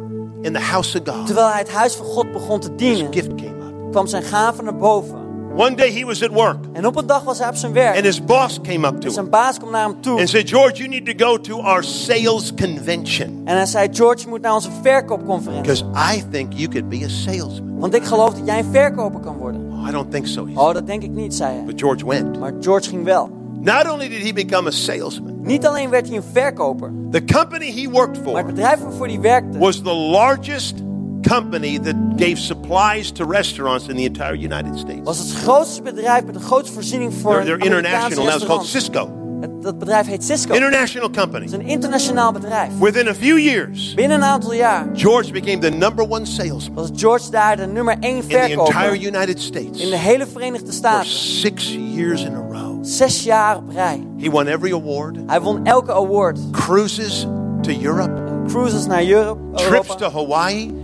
Speaker 4: in the house of God,
Speaker 1: Terwijl hij het huis van God begon te
Speaker 4: his
Speaker 1: dienen,
Speaker 4: gift came up.
Speaker 1: kwam zijn gave naar boven.
Speaker 4: One day he was at work,
Speaker 1: En op een dag was hij op zijn
Speaker 4: and
Speaker 1: werk.
Speaker 4: his boss came up to
Speaker 1: En zijn
Speaker 4: him
Speaker 1: baas kwam naar hem toe.
Speaker 4: and said, George, you need to go to our sales convention
Speaker 1: En hij zei, George, je moet naar onze verkoopconferentie.
Speaker 4: because I think you could be a salesman.
Speaker 1: Want ik geloof dat jij een verkoper kan worden.
Speaker 4: "Oh, I don't think so. he said.
Speaker 1: Oh, dat denk ik niet, zei hij.
Speaker 4: But George went.
Speaker 1: Maar George ging wel.
Speaker 4: Not only did he become a salesman,
Speaker 1: Niet alleen werd hij een verkoper,
Speaker 4: the company he worked
Speaker 1: maar het
Speaker 4: for
Speaker 1: bedrijf waarvoor hij werkte...
Speaker 4: was the largest company that gave supplies to restaurants in the entire United States.
Speaker 1: was het grootste bedrijf met de grootste voorziening voor
Speaker 4: They're, they're
Speaker 1: Amerikaanse
Speaker 4: international Nou, now. It's called
Speaker 1: restaurants.
Speaker 4: Cisco.
Speaker 1: Het- dat bedrijf heet Cisco. Het
Speaker 4: International company.
Speaker 1: is een internationaal bedrijf.
Speaker 4: Within a few years,
Speaker 1: Binnen een aantal jaar
Speaker 4: George became the number one salesman
Speaker 1: was George daar de nummer 1
Speaker 4: in the entire
Speaker 1: verkoper
Speaker 4: United States
Speaker 1: in de hele Verenigde
Speaker 4: for
Speaker 1: Staten.
Speaker 4: six years in a row.
Speaker 1: Zes jaar op rij.
Speaker 4: He won every award,
Speaker 1: Hij won elke award.
Speaker 4: cruises to Europe,
Speaker 1: Cruises naar Europe,
Speaker 4: trips to
Speaker 1: Europa,
Speaker 4: Hawaii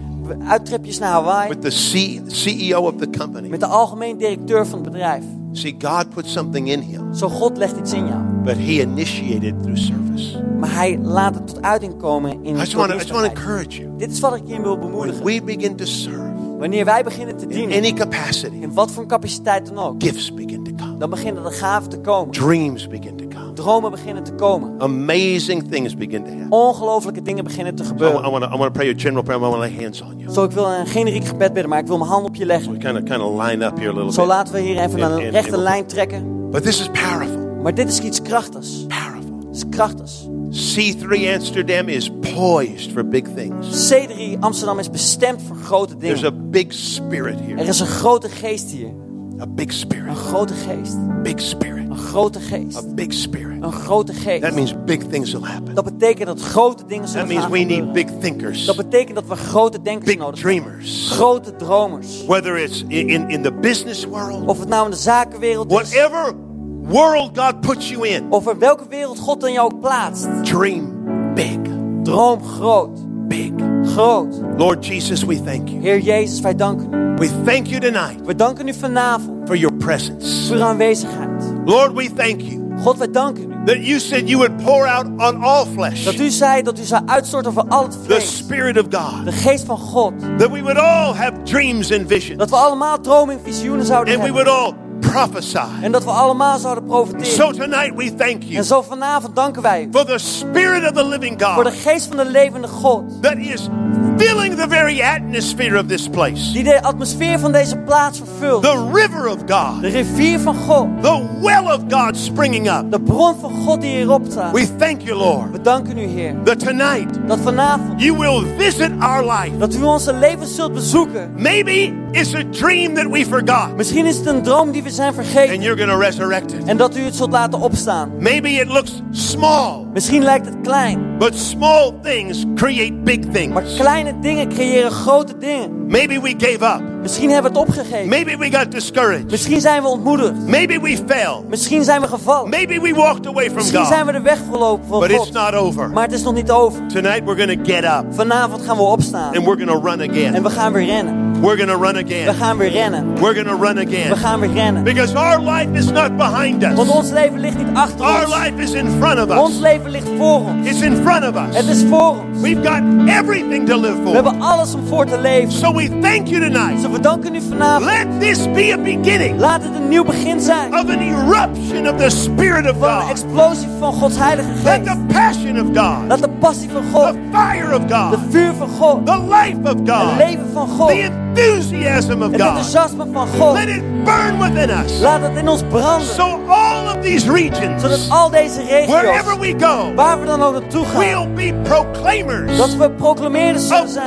Speaker 1: uittripjes naar Hawaii
Speaker 4: with the C- CEO of the company.
Speaker 1: met de algemeen directeur van het bedrijf.
Speaker 4: See, God put something in him,
Speaker 1: Zo God legt iets in jou.
Speaker 4: but he initiated through service.
Speaker 1: Maar hij laat het tot uiting komen in
Speaker 4: I just
Speaker 1: door
Speaker 4: want to, I just want to
Speaker 1: dienstbaarheid.
Speaker 4: encourage you.
Speaker 1: Dit is wat ik je wil bemoedigen.
Speaker 4: When we begin to serve
Speaker 1: Wanneer wij beginnen te
Speaker 4: in
Speaker 1: dienen,
Speaker 4: any capacity,
Speaker 1: in wat voor capaciteit dan ook,
Speaker 4: gifts begin to come,
Speaker 1: dan beginnen de gaven te komen.
Speaker 4: dreams begin to come,
Speaker 1: Dromen beginnen te komen.
Speaker 4: amazing things begin to happen.
Speaker 1: Ongelooflijke dingen beginnen te
Speaker 4: So I,
Speaker 1: gebeuren.
Speaker 4: want to, I want to pray a general prayer. I want to lay hands on you.
Speaker 1: Zo, ik wil een generiek gebed bidden, maar ik wil mijn hand op je leggen.
Speaker 4: We kind of kind of line up here a little
Speaker 1: Zo
Speaker 4: bit.
Speaker 1: laten we hier even
Speaker 4: En-
Speaker 1: een
Speaker 4: en-
Speaker 1: rechte
Speaker 4: en-
Speaker 1: lijn trekken.
Speaker 4: But this is powerful.
Speaker 1: Maar dit is iets krachtigs.
Speaker 4: Powerful.
Speaker 1: Het is krachtigs.
Speaker 4: C3 Amsterdam is poised for big things.
Speaker 1: C3 Amsterdam is bestemd voor grote
Speaker 4: There's a
Speaker 1: dingen.
Speaker 4: big spirit
Speaker 1: Er
Speaker 4: here.
Speaker 1: is een grote geest hier.
Speaker 4: A big
Speaker 1: Een
Speaker 4: spirit.
Speaker 1: grote geest.
Speaker 4: Big spirit.
Speaker 1: Een grote
Speaker 4: A
Speaker 1: geest.
Speaker 4: big spirit.
Speaker 1: Een grote
Speaker 4: That
Speaker 1: geest.
Speaker 4: means big things will happen.
Speaker 1: Dat betekent dat grote dingen
Speaker 4: That
Speaker 1: zullen
Speaker 4: means
Speaker 1: gaan
Speaker 4: we need
Speaker 1: gebeuren.
Speaker 4: big thinkers,
Speaker 1: Dat betekent dat we grote denkers
Speaker 4: big
Speaker 1: nodig hebben.
Speaker 4: dreamers.
Speaker 1: Grote dromers.
Speaker 4: Whether it's in, in, in the business world,
Speaker 1: Of het nou in de zakenwereld is.
Speaker 4: whatever world God puts you in,
Speaker 1: Of in welke wereld God dan jou ook plaatst.
Speaker 4: dream big,
Speaker 1: Droom groot.
Speaker 4: big.
Speaker 1: Groot.
Speaker 4: Lord Jesus, we thank you.
Speaker 1: Heer Jezus, wij danken u.
Speaker 4: We thank you tonight
Speaker 1: We danken u vanavond
Speaker 4: for your presence.
Speaker 1: voor uw aanwezigheid.
Speaker 4: Lord, we thank you
Speaker 1: God, wij danken u.
Speaker 4: that you said you would pour out on all flesh
Speaker 1: Dat u zei dat u zou uitstorten over al het
Speaker 4: the
Speaker 1: vlees.
Speaker 4: Spirit of
Speaker 1: De
Speaker 4: God,
Speaker 1: geest van God.
Speaker 4: that we would all have dreams and visions,
Speaker 1: Dat we allemaal dromen en visioenen zouden
Speaker 4: and we
Speaker 1: hebben.
Speaker 4: would all prophesy.
Speaker 1: En dat we allemaal zouden
Speaker 4: So
Speaker 1: profiteren.
Speaker 4: tonight we thank you
Speaker 1: En zo vanavond danken wij u.
Speaker 4: for the Spirit of the living
Speaker 1: Voor de
Speaker 4: God
Speaker 1: geest van de levende God.
Speaker 4: that is filling the very atmosphere of this place,
Speaker 1: Die de atmosfeer van deze plaats vervult.
Speaker 4: the river of
Speaker 1: De
Speaker 4: God,
Speaker 1: rivier van God.
Speaker 4: the well of God springing up.
Speaker 1: De bron van God die hierop staat.
Speaker 4: We thank you, Lord,
Speaker 1: We danken u, Heer.
Speaker 4: that tonight
Speaker 1: Dat vanavond.
Speaker 4: you will visit our life.
Speaker 1: Dat u onze levens zult bezoeken.
Speaker 4: Maybe it's a dream that we forgot
Speaker 1: Misschien is het een droom die we zijn vergeten.
Speaker 4: and you're going to resurrect it.
Speaker 1: En dat u het zult laten opstaan.
Speaker 4: Maybe it looks small,
Speaker 1: Misschien lijkt het klein,
Speaker 4: but small things create big
Speaker 1: maar
Speaker 4: things.
Speaker 1: kleine dingen creëren grote dingen.
Speaker 4: Maybe we gave up.
Speaker 1: Misschien hebben we het opgegeven.
Speaker 4: Maybe we got discouraged.
Speaker 1: Misschien zijn we ontmoedigd.
Speaker 4: Maybe we failed.
Speaker 1: Misschien zijn we gevallen.
Speaker 4: Maybe we walked away from
Speaker 1: Misschien zijn
Speaker 4: God.
Speaker 1: we de weg verlopen van
Speaker 4: But it's
Speaker 1: God.
Speaker 4: not over.
Speaker 1: Maar het is nog niet over.
Speaker 4: Tonight we're going to get up
Speaker 1: Vanavond gaan we opstaan.
Speaker 4: and we're going to run
Speaker 1: En
Speaker 4: again.
Speaker 1: we gaan weer rennen.
Speaker 4: We're going to run
Speaker 1: We
Speaker 4: again.
Speaker 1: gaan weer rennen.
Speaker 4: We're going to run
Speaker 1: We
Speaker 4: again.
Speaker 1: gaan weer rennen.
Speaker 4: Because our life is not behind
Speaker 1: Want
Speaker 4: us.
Speaker 1: ons leven ligt niet achter
Speaker 4: Our
Speaker 1: ons.
Speaker 4: life is in front of
Speaker 1: Ons
Speaker 4: us.
Speaker 1: leven ligt voor ons.
Speaker 4: It's in front of
Speaker 1: Het
Speaker 4: us.
Speaker 1: is voor ons.
Speaker 4: We've got everything to live
Speaker 1: We
Speaker 4: for.
Speaker 1: hebben alles om voor te leven.
Speaker 4: So we thank you tonight.
Speaker 1: Dus we danken u vanavond.
Speaker 4: Let this be a beginning
Speaker 1: Laat het een nieuw begin zijn.
Speaker 4: of an eruption of the Spirit of
Speaker 1: Van een
Speaker 4: God.
Speaker 1: explosie van Gods heilige
Speaker 4: Let
Speaker 1: geest.
Speaker 4: the Oh, passion of God,
Speaker 1: Laat de passie van God,
Speaker 4: the fire of
Speaker 1: de
Speaker 4: God,
Speaker 1: vuur van God,
Speaker 4: the life of
Speaker 1: het
Speaker 4: God,
Speaker 1: leven van God,
Speaker 4: the
Speaker 1: het
Speaker 4: enthusiasm of Ah. God,
Speaker 1: enthousiasme van God.
Speaker 4: let it burn within us.
Speaker 1: Laat het in ons branden,
Speaker 4: So all of these
Speaker 1: zodat
Speaker 4: regions,
Speaker 1: al deze regio's,
Speaker 4: wherever we go,
Speaker 1: waar we dan ook naartoe gaan,
Speaker 4: we'll be proclaimers
Speaker 1: dat we proclameerders zullen
Speaker 4: of good
Speaker 1: zijn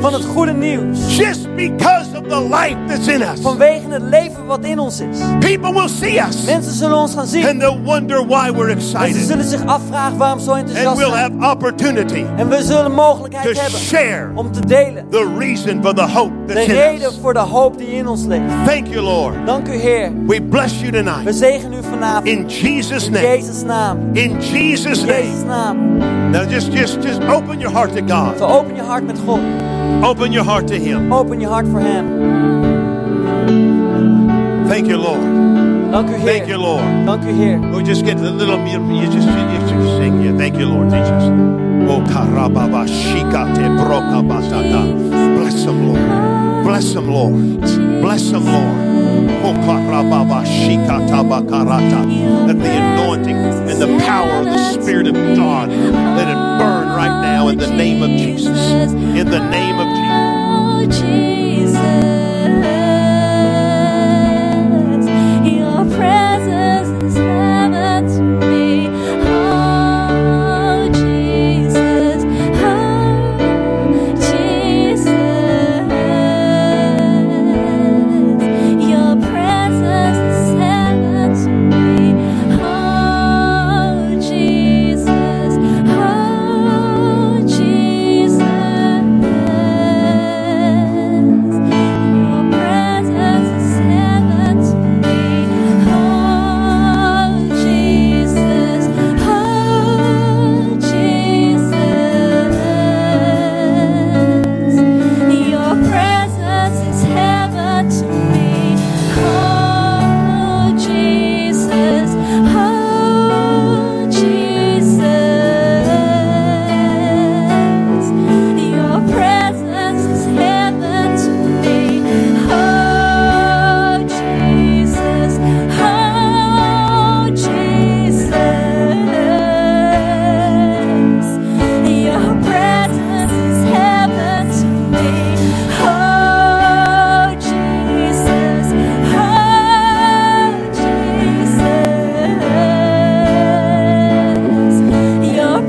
Speaker 1: van het
Speaker 4: news
Speaker 1: goede nieuws.
Speaker 4: just because of the life that's in us.
Speaker 1: Vanwege het leven wat in ons is.
Speaker 4: People will see us
Speaker 1: Mensen zullen ons gaan zien
Speaker 4: and they'll wonder why we're
Speaker 1: en ze
Speaker 4: excited.
Speaker 1: zullen zich afvragen waarom we zo
Speaker 4: And
Speaker 1: enthousiast
Speaker 4: we'll
Speaker 1: zijn.
Speaker 4: have opportunity
Speaker 1: En we zullen mogelijkheid
Speaker 4: to
Speaker 1: hebben
Speaker 4: share
Speaker 1: om te delen
Speaker 4: the reason for Oh. the hope
Speaker 1: de
Speaker 4: that's in
Speaker 1: reden
Speaker 4: us.
Speaker 1: voor de hoop die in ons leeft.
Speaker 4: Thank you, Lord.
Speaker 1: Dank u Heer.
Speaker 4: We bless you
Speaker 1: We
Speaker 4: tonight.
Speaker 1: zegenen u vanavond.
Speaker 4: In Jesus'
Speaker 1: In
Speaker 4: name.
Speaker 1: Jezus' naam.
Speaker 4: In Jesus'
Speaker 1: In Jezus'
Speaker 4: name.
Speaker 1: naam.
Speaker 4: Now just just just open your heart to
Speaker 1: Zo
Speaker 4: God.
Speaker 1: open je hart met God.
Speaker 4: Open your heart to Him.
Speaker 1: Open je hart voor Hem.
Speaker 4: Thank you, Lord.
Speaker 1: Dank u,
Speaker 4: Thank you,
Speaker 1: Heer.
Speaker 4: Lord.
Speaker 1: Dank u, Heer.
Speaker 4: We just get a little you, you just you just sing yeah. Thank you, Lord Jesus. Oh, karababa, shikate, brokabatata. Bless him, Lord. Bless him, Lord. Bless him, Lord. Oh, karababa, shikatabakarata. That the anointing and the power of the Spirit of God let it burn right now in the name of Jesus. In the name of Jesus.
Speaker 5: Oh, Jesus, Your presence is heaven to me. Oh, Jesus, oh, Jesus, Your presence is heaven to me. Oh, Jesus, oh, Jesus. Oh, Oh, Oh. oh, Oh, oh, Oh, Oh, Oh, Oh, Oh, Oh, Oh, Oh, Oh, Oh, Oh, Oh, Oh,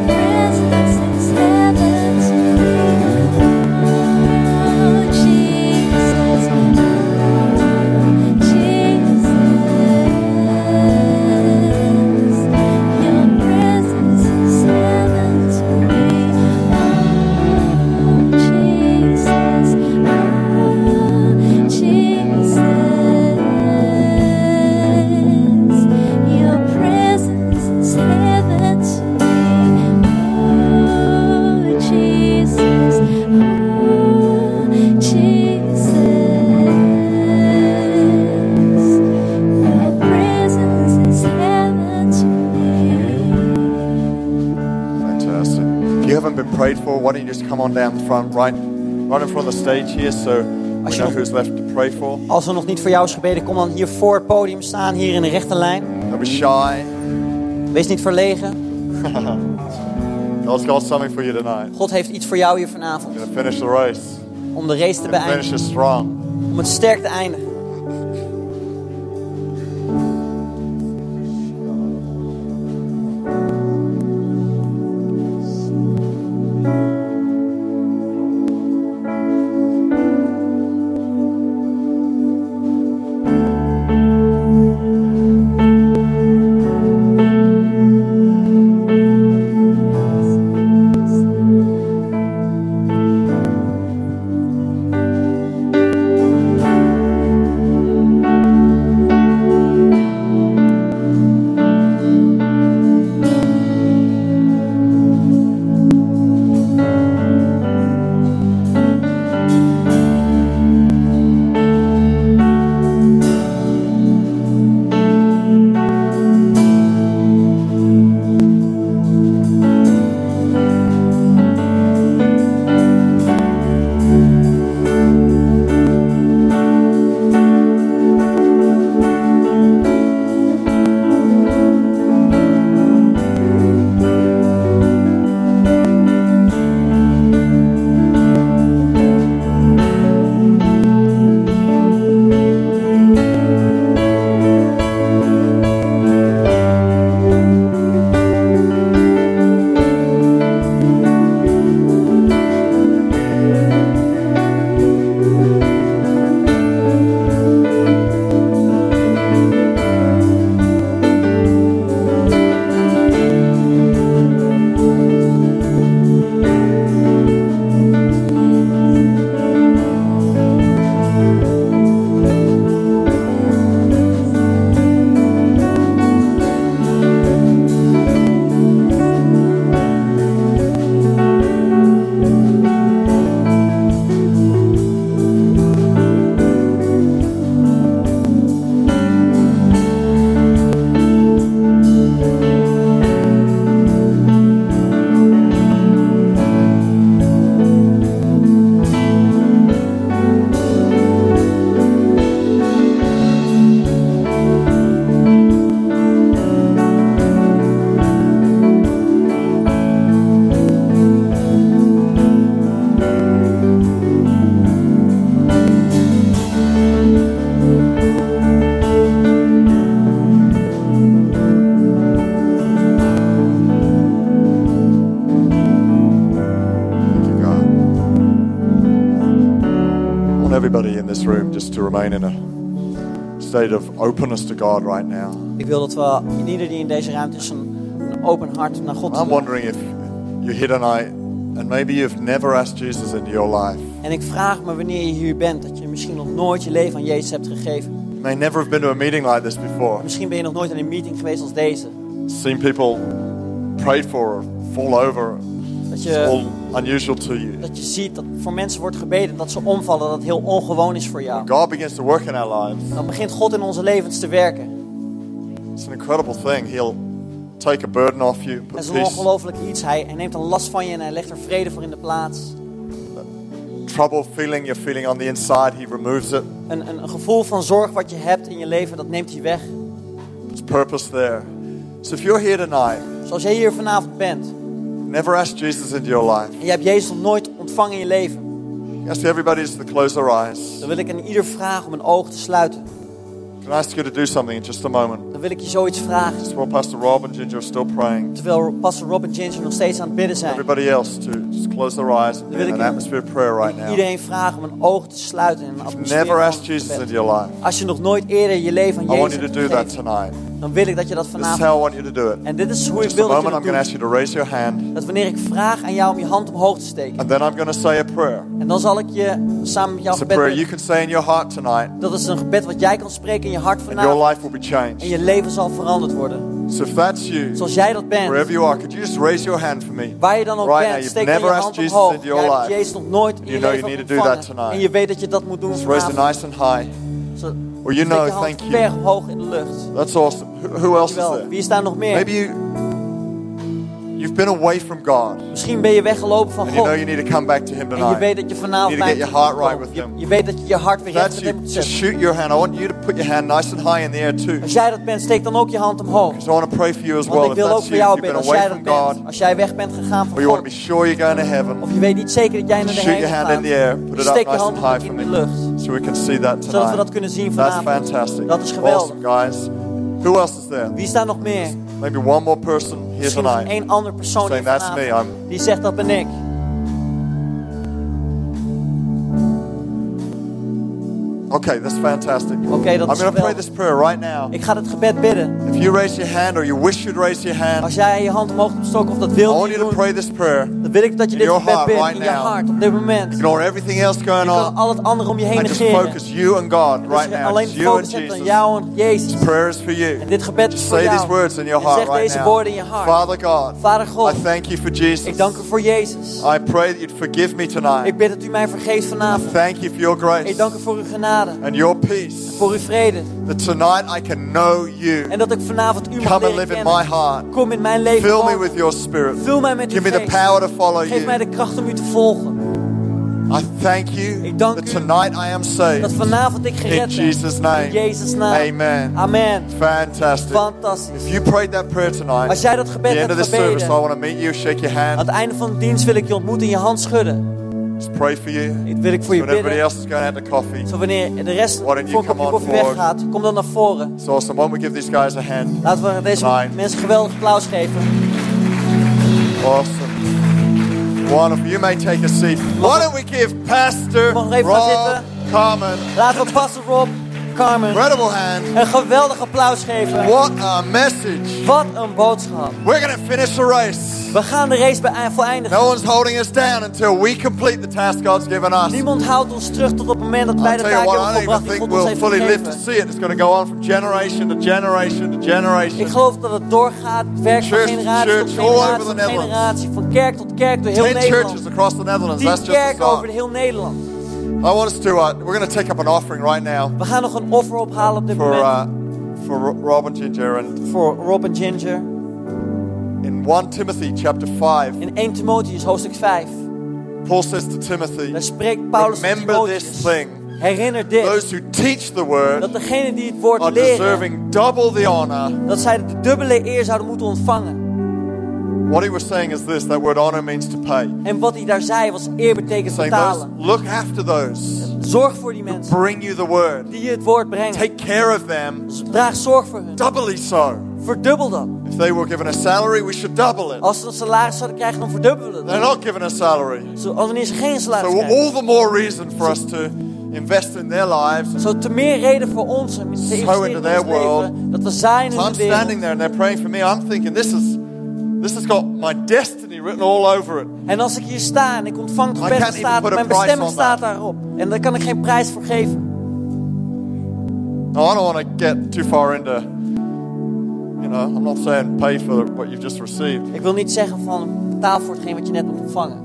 Speaker 5: Oh, Oh, Oh,
Speaker 2: people, why don't you just come on down front, right, right in front of the stage here, so we
Speaker 1: Als je
Speaker 2: know
Speaker 1: nog-
Speaker 2: who's left to pray for.
Speaker 1: Als er nog niet voor jou is gebeden, kom dan hier voor het podium staan, hier in de rechte lijn.
Speaker 2: Don't be shy.
Speaker 1: Wees niet verlegen.
Speaker 2: God's got something for you tonight.
Speaker 1: God heeft iets voor jou hier vanavond.
Speaker 2: You're gonna finish the race.
Speaker 1: Om de race te
Speaker 2: You're gonna finish
Speaker 1: beëindigen.
Speaker 2: it strong.
Speaker 1: Om het sterk te eindigen.
Speaker 2: Thank you, God. I want everybody in this room just to remain in a state of openness to God right now.
Speaker 1: Ik wil dat we in ieder die in deze ruimte is een, een open hart naar God toe
Speaker 2: I'm
Speaker 1: doen.
Speaker 2: wondering if you're here tonight and maybe you've never asked Jesus into your life.
Speaker 1: En ik vraag me wanneer je hier bent, dat je misschien nog nooit je leven aan Jezus hebt gegeven.
Speaker 2: You may never have been to a meeting like this before.
Speaker 1: Misschien ben je nog nooit in een meeting geweest als deze.
Speaker 2: Seen people prayed for or fall over.
Speaker 1: Dat
Speaker 2: It's all
Speaker 1: je,
Speaker 2: unusual to you.
Speaker 1: dat je ziet dat voor mensen wordt gebeden dat ze omvallen, dat het heel ongewoon is voor jou.
Speaker 2: God begins to work in our lives.
Speaker 1: Dan begint God in onze levens te werken.
Speaker 2: It's an incredible thing. He'll take a burden off you,
Speaker 1: Het
Speaker 2: put
Speaker 1: is een
Speaker 2: peace,
Speaker 1: ongelooflijk iets. Hij, hij neemt een last van je en hij legt er vrede voor in de plaats.
Speaker 2: trouble feeling you're feeling on the inside. He removes it.
Speaker 1: Een, een, een gevoel van zorg wat je hebt in je leven, dat neemt hij weg.
Speaker 2: There's purpose there. So if you're here tonight,
Speaker 1: Zoals jij hier vanavond bent en
Speaker 2: never asked Jesus into your life,
Speaker 1: je hebt Jezus nog nooit ontvangen in je leven,
Speaker 2: I ask everybody just to close their eyes.
Speaker 1: dan wil ik aan ieder vragen om een oog te sluiten.
Speaker 2: Can I ask you to do something in just a moment?
Speaker 1: Dan wil ik je zoiets vragen.
Speaker 2: Just while Pastor Rob and Ginger are still praying.
Speaker 1: Terwijl Pastor Rob en Ginger nog steeds aan het bidden zijn.
Speaker 2: Everybody else to just close their eyes and be in an atmosphere of prayer right now.
Speaker 1: Iedereen vragen om een oog te sluiten en een atmosfeer
Speaker 2: Never
Speaker 1: van
Speaker 2: asked Jesus
Speaker 1: gebed.
Speaker 2: into your life.
Speaker 1: Als je nog nooit eerder je leven aan
Speaker 2: I want
Speaker 1: Jezus
Speaker 2: you to
Speaker 1: hebt
Speaker 2: do that
Speaker 1: gegeven,
Speaker 2: tonight.
Speaker 1: dan wil ik dat je dat
Speaker 2: This is how
Speaker 1: vanavond...
Speaker 2: I want you to do it.
Speaker 1: En dit is hoe ik
Speaker 2: Just a
Speaker 1: wil dat je
Speaker 2: moment, I'm
Speaker 1: dat
Speaker 2: going to ask
Speaker 1: doet.
Speaker 2: you to raise your hand,
Speaker 1: Dat wanneer ik vraag aan jou om je hand omhoog te steken...
Speaker 2: and then I'm going to say a prayer.
Speaker 1: En dan zal ik je samen met jou
Speaker 2: It's a
Speaker 1: gebed
Speaker 2: prayer
Speaker 1: bidden.
Speaker 2: you can say in your heart tonight,
Speaker 1: Dat is een gebed wat jij kan spreken in je hart
Speaker 2: and your
Speaker 1: vanavond.
Speaker 2: life will be
Speaker 1: En
Speaker 2: changed.
Speaker 1: je leven zal veranderd worden.
Speaker 2: So if that's you,
Speaker 1: Zoals jij dat
Speaker 2: wherever
Speaker 1: bent.
Speaker 2: you are, could you just raise your hand for me?
Speaker 1: Waar je dan ook
Speaker 2: Right now,
Speaker 1: bent,
Speaker 2: you've
Speaker 1: steek dan je
Speaker 2: never
Speaker 1: hand
Speaker 2: asked Jesus
Speaker 1: omhoog.
Speaker 2: into
Speaker 1: Jij
Speaker 2: your
Speaker 1: hebt
Speaker 2: life.
Speaker 1: Jezus nog nooit in je
Speaker 2: You know you
Speaker 1: leven
Speaker 2: need to do that
Speaker 1: ontvangen.
Speaker 2: tonight.
Speaker 1: En je weet dat je dat moet doen
Speaker 2: Just raise it
Speaker 1: vanavond.
Speaker 2: nice and high.
Speaker 1: Zo-
Speaker 2: Well,
Speaker 1: steek
Speaker 2: you know,
Speaker 1: je hand
Speaker 2: thank you.
Speaker 1: ver hoog in de lucht.
Speaker 2: That's awesome. Who, who else is
Speaker 1: Dankjewel.
Speaker 2: there?
Speaker 1: Wie is daar nog meer?
Speaker 2: Maybe you You've been away from God, and
Speaker 1: Misschien ben je weggelopen van
Speaker 2: you
Speaker 1: God.
Speaker 2: know you need to come back to Him
Speaker 1: En je weet
Speaker 2: tonight.
Speaker 1: dat je vanavond
Speaker 2: You need to get
Speaker 1: bij hem
Speaker 2: your heart
Speaker 1: moet komen.
Speaker 2: right with
Speaker 1: Je-
Speaker 2: him.
Speaker 1: Je weet dat je je hart weer recht
Speaker 2: That's
Speaker 1: met
Speaker 2: you.
Speaker 1: hem moet
Speaker 2: Just
Speaker 1: zetten.
Speaker 2: shoot your hand. I want you to put your hand nice and high in the air too.
Speaker 1: Als jij dat bent, steek dan ook je hand omhoog.
Speaker 2: So I want to pray for you as
Speaker 1: Want
Speaker 2: well.
Speaker 1: ik
Speaker 2: If
Speaker 1: wil ook
Speaker 2: that's
Speaker 1: voor
Speaker 2: you, if
Speaker 1: jou
Speaker 2: you've
Speaker 1: bidden
Speaker 2: been
Speaker 1: als jij
Speaker 2: away
Speaker 1: dat
Speaker 2: from
Speaker 1: bent.
Speaker 2: God,
Speaker 1: Als jij weg bent gegaan
Speaker 2: or
Speaker 1: van
Speaker 2: you want to
Speaker 1: God.
Speaker 2: be sure you're going to heaven,
Speaker 1: Of je weet niet zeker dat jij naar de
Speaker 2: shoot your
Speaker 1: hemel
Speaker 2: hand in
Speaker 1: gaat.
Speaker 2: the air. Put it up
Speaker 1: Steek je
Speaker 2: nice
Speaker 1: hand
Speaker 2: and high
Speaker 1: omhoog
Speaker 2: for
Speaker 1: in
Speaker 2: me,
Speaker 1: de lucht.
Speaker 2: so we can see that
Speaker 1: Zodat we dat
Speaker 2: tonight.
Speaker 1: kunnen zien
Speaker 2: That's
Speaker 1: vanavond.
Speaker 2: fantastic.
Speaker 1: Dat is
Speaker 2: Awesome,
Speaker 1: geweldig.
Speaker 2: guys. Who else is there?
Speaker 1: Wie staat nog meer?
Speaker 2: Maybe one more person here
Speaker 1: Misschien nog
Speaker 2: tonight.
Speaker 1: één ander persoon hier
Speaker 2: Saying, "That's me,
Speaker 1: vanavond.
Speaker 2: I'm-"
Speaker 1: Die zegt dat ben ik.
Speaker 2: Okay, that's fantastic.
Speaker 1: Oké, dat
Speaker 2: I'm
Speaker 1: is
Speaker 2: going to pray
Speaker 1: geweldig.
Speaker 2: this prayer right now.
Speaker 1: Ik ga het gebed bidden.
Speaker 2: If you raise your hand or you wish you'd raise your hand,
Speaker 1: Als jij je hand omhoog hebt gestoken of dat
Speaker 2: I
Speaker 1: wil
Speaker 2: want you
Speaker 1: niet
Speaker 2: to
Speaker 1: doen,
Speaker 2: pray this prayer.
Speaker 1: dan wil ik dat je
Speaker 2: in
Speaker 1: dit
Speaker 2: your
Speaker 1: gebed
Speaker 2: heart
Speaker 1: bidt
Speaker 2: right
Speaker 1: in je
Speaker 2: now.
Speaker 1: hart op dit moment. Je
Speaker 2: Ignore everything else going
Speaker 1: kan
Speaker 2: on.
Speaker 1: al het andere om je heen
Speaker 2: And just
Speaker 1: negeren.
Speaker 2: focus you and God right
Speaker 1: Dus
Speaker 2: now.
Speaker 1: alleen
Speaker 2: It's you and
Speaker 1: focus hebt aan
Speaker 2: Jesus.
Speaker 1: jou en Jezus.
Speaker 2: This prayer is for you.
Speaker 1: En dit gebed is
Speaker 2: Just
Speaker 1: voor
Speaker 2: say these
Speaker 1: jou.
Speaker 2: words in your
Speaker 1: En
Speaker 2: heart
Speaker 1: zeg
Speaker 2: right
Speaker 1: deze
Speaker 2: now.
Speaker 1: woorden in je hart.
Speaker 2: Father God,
Speaker 1: Vader God,
Speaker 2: I thank you for Jesus.
Speaker 1: ik dank u voor Jezus.
Speaker 2: I pray that you'd forgive me tonight.
Speaker 1: Ik bid dat u mij vergeeft vanavond.
Speaker 2: Thank you for your grace
Speaker 1: Ik dank u voor uw genade,
Speaker 2: and your peace.
Speaker 1: voor uw vrede.
Speaker 2: That tonight I can know you.
Speaker 1: En dat ik vanavond u mag
Speaker 2: Come and
Speaker 1: leren
Speaker 2: live in my
Speaker 1: kennen.
Speaker 2: heart.
Speaker 1: Kom in mijn leven.
Speaker 2: Fill me
Speaker 1: wonen.
Speaker 2: with your spirit.
Speaker 1: Vul mij met uw
Speaker 2: Give me the
Speaker 1: geest.
Speaker 2: power to follow
Speaker 1: Geef mij
Speaker 2: you.
Speaker 1: de kracht om u te volgen.
Speaker 2: I thank you
Speaker 1: Ik dank
Speaker 2: that
Speaker 1: u
Speaker 2: tonight I am
Speaker 1: Dat
Speaker 2: saved.
Speaker 1: vanavond ik
Speaker 2: In
Speaker 1: gered ben.
Speaker 2: Jesus'
Speaker 1: In
Speaker 2: name.
Speaker 1: Jezus' naam.
Speaker 2: Amen.
Speaker 1: Amen.
Speaker 2: Fantastic.
Speaker 1: Fantastisch.
Speaker 2: If you prayed that prayer tonight,
Speaker 1: Als jij dat
Speaker 2: at
Speaker 1: gebed
Speaker 2: the end
Speaker 1: hebt
Speaker 2: of this service, I
Speaker 1: gebeden,
Speaker 2: want to meet you, shake your
Speaker 1: aan
Speaker 2: hand,
Speaker 1: het einde van de dienst wil ik je ontmoeten en je hand schudden.
Speaker 2: just pray for you.
Speaker 1: Ik wil ik voor
Speaker 2: So
Speaker 1: je
Speaker 2: when everybody
Speaker 1: bidden.
Speaker 2: else is going out to coffee,
Speaker 1: Zo wanneer de rest
Speaker 2: Why
Speaker 1: voor
Speaker 2: don't
Speaker 1: een
Speaker 2: you
Speaker 1: kopje
Speaker 2: come on
Speaker 1: koffie
Speaker 2: forward?
Speaker 1: weggaat, kom dan naar voren.
Speaker 2: it's awesome. Why don't we give these guys a hand?
Speaker 1: Laten we deze
Speaker 2: Tonight.
Speaker 1: mensen geweldig applaus geven.
Speaker 2: Awesome. Wonderful. You may take a seat. Why don't we give Pastor
Speaker 1: Mag ik even gaan
Speaker 2: Rob Carmen
Speaker 1: Laten we passen Rob, Carmen,
Speaker 2: incredible hand?
Speaker 1: een geweldig applaus geven.
Speaker 2: What a message.
Speaker 1: Wat een boodschap.
Speaker 2: We're going to finish the race.
Speaker 1: We gaan de race bij voleindigen.
Speaker 2: No one's holding us down until we complete the task God's given us.
Speaker 1: Niemand houdt ons terug tot op het moment dat wij
Speaker 2: I'll
Speaker 1: de
Speaker 2: tell
Speaker 1: taak
Speaker 2: you what,
Speaker 1: hebben
Speaker 2: I don't
Speaker 1: opgebracht die
Speaker 2: even
Speaker 1: God
Speaker 2: think
Speaker 1: ons
Speaker 2: we'll
Speaker 1: heeft
Speaker 2: fully live to
Speaker 1: gegeven.
Speaker 2: see it. It's going to go on from generation to generation to
Speaker 1: Ik
Speaker 2: generation.
Speaker 1: geloof dat het doorgaat, het werk van
Speaker 2: Church to
Speaker 1: generatie tot
Speaker 2: church, all over
Speaker 1: generatie
Speaker 2: the
Speaker 1: tot
Speaker 2: Netherlands.
Speaker 1: generatie, van kerk tot kerk door heel
Speaker 2: Ten churches
Speaker 1: Nederland.
Speaker 2: across the Netherlands. That's
Speaker 1: Tien
Speaker 2: just the
Speaker 1: kerken over
Speaker 2: start.
Speaker 1: heel Nederland.
Speaker 2: I want us to. Uh, we're going to take up an offering right now
Speaker 1: We gaan nog een offer ophalen op dit
Speaker 2: for
Speaker 1: moment
Speaker 2: uh, for Ro- Rob and Ginger, and
Speaker 1: voor Rob en Ginger.
Speaker 2: in one Timothy chapter five,
Speaker 1: In 1 Timotheus hoofdstuk 5,
Speaker 2: Paul says to Timothy,
Speaker 1: daar spreekt Paulus aan
Speaker 2: "Remember this
Speaker 1: Timotheus.
Speaker 2: thing:
Speaker 1: Herinner dit,
Speaker 2: those who teach the word
Speaker 1: dat degenen die het woord
Speaker 2: are
Speaker 1: leren,
Speaker 2: deserving double the honor."
Speaker 1: dat zij de dubbele eer zouden moeten ontvangen.
Speaker 2: What he was saying is this: that word honor means to pay.
Speaker 1: En wat hij daar zei was eer betekent
Speaker 2: Saying those,
Speaker 1: betalen.
Speaker 2: look after those,
Speaker 1: Zorg voor die mensen
Speaker 2: bring you the word,
Speaker 1: die je het woord brengen.
Speaker 2: take care of them,
Speaker 1: Draag zorg voor hun.
Speaker 2: doubly so.
Speaker 1: Verdubbel dat.
Speaker 2: If they were given a salary, we should double it.
Speaker 1: Als ze een salaris zouden krijgen, dan verdubbelen we dat.
Speaker 2: They're not given a salary.
Speaker 1: Zo, als wanneer ze geen salaris
Speaker 2: So,
Speaker 1: krijgen.
Speaker 2: all the more reason for us to invest in their lives. And
Speaker 1: Zo te meer reden voor ons om te investeren in
Speaker 2: into
Speaker 1: ons
Speaker 2: their
Speaker 1: leven.
Speaker 2: world.
Speaker 1: Dat we zijn
Speaker 2: so
Speaker 1: in de
Speaker 2: I'm standing
Speaker 1: wereld.
Speaker 2: there and they're praying for me. I'm thinking, this is. This has got my destiny written all over it.
Speaker 1: En als ik hier sta en ik ontvang
Speaker 2: I can't
Speaker 1: gebed,
Speaker 2: even
Speaker 1: staat,
Speaker 2: put a
Speaker 1: mijn
Speaker 2: price
Speaker 1: bestemming
Speaker 2: on that.
Speaker 1: staat daarop. En daar kan ik geen prijs voor geven.
Speaker 2: Now, I don't want to get too far into, you know, I'm not saying pay for what you've just received,
Speaker 1: Ik wil niet zeggen van betaal voor hetgeen wat je net hebt ontvangen.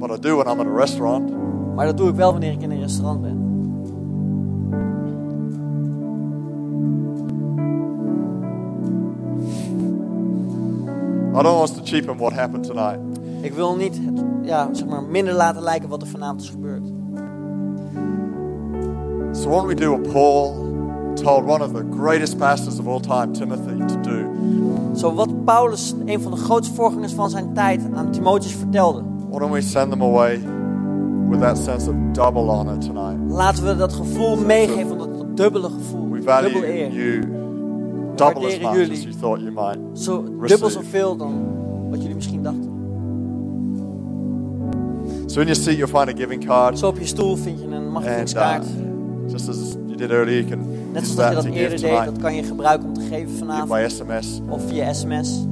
Speaker 2: but I do when I'm at a restaurant.
Speaker 1: Maar dat doe ik wel wanneer ik in een restaurant ben.
Speaker 2: I don't want us to cheapen what happened tonight.
Speaker 1: Ik wil niet het, ja, zeg maar, minder laten lijken wat er vanavond is gebeurd.
Speaker 2: So, what do we do what Paul told one of the greatest pastors of all time, Timothy, to do?
Speaker 1: Zo wat Paulus, een van de grootste voorgangers van zijn tijd, aan Timotheus vertelde.
Speaker 2: Why don't we send them away with that sense of double honor tonight?
Speaker 1: Laten we dat gevoel meegeven, dat, dat dubbele gevoel,
Speaker 2: We
Speaker 1: dubbele
Speaker 2: value
Speaker 1: eer.
Speaker 2: you double as
Speaker 1: waarderen
Speaker 2: much
Speaker 1: jullie.
Speaker 2: as you thought you might.
Speaker 1: Zo dubbel
Speaker 2: receive.
Speaker 1: zoveel dan wat jullie misschien dachten.
Speaker 2: So, in your seat, you'll find a giving card.
Speaker 1: Zo op je stoel vind je een
Speaker 2: And uh,
Speaker 1: machtigingskaart.
Speaker 2: just as you did earlier, you can
Speaker 1: Net
Speaker 2: use
Speaker 1: zoals dat je dat
Speaker 2: that to give
Speaker 1: eerder deed,
Speaker 2: tonight.
Speaker 1: dat kan je gebruiken om te geven
Speaker 2: Give by
Speaker 1: vanavond.
Speaker 2: SMS.
Speaker 1: Of via sms.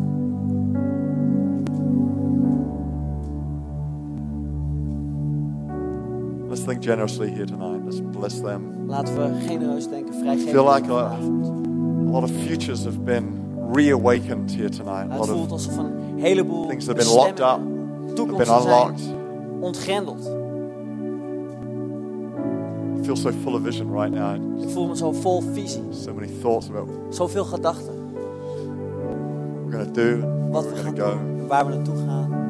Speaker 2: Let's think generously here tonight. Let's bless them.
Speaker 1: Laten we genereus denken,
Speaker 2: I
Speaker 1: vrijgeven
Speaker 2: feel like
Speaker 1: vanavond. Nou,
Speaker 2: A lot of futures have been reawakened here tonight. A
Speaker 1: Het
Speaker 2: lot
Speaker 1: voelt
Speaker 2: of
Speaker 1: alsof een heleboel
Speaker 2: things that have been locked up,
Speaker 1: bestemmingen,
Speaker 2: have
Speaker 1: toekomsten
Speaker 2: been unlocked.
Speaker 1: zijn ontgrendeld.
Speaker 2: I feel so full of vision right now.
Speaker 1: Ik voel me zo vol visie,
Speaker 2: So many thoughts about what
Speaker 1: zoveel gedachten.
Speaker 2: we're going to do.
Speaker 1: wat
Speaker 2: we're
Speaker 1: we
Speaker 2: gonna
Speaker 1: gaan
Speaker 2: go.
Speaker 1: doen, waar we naartoe gaan.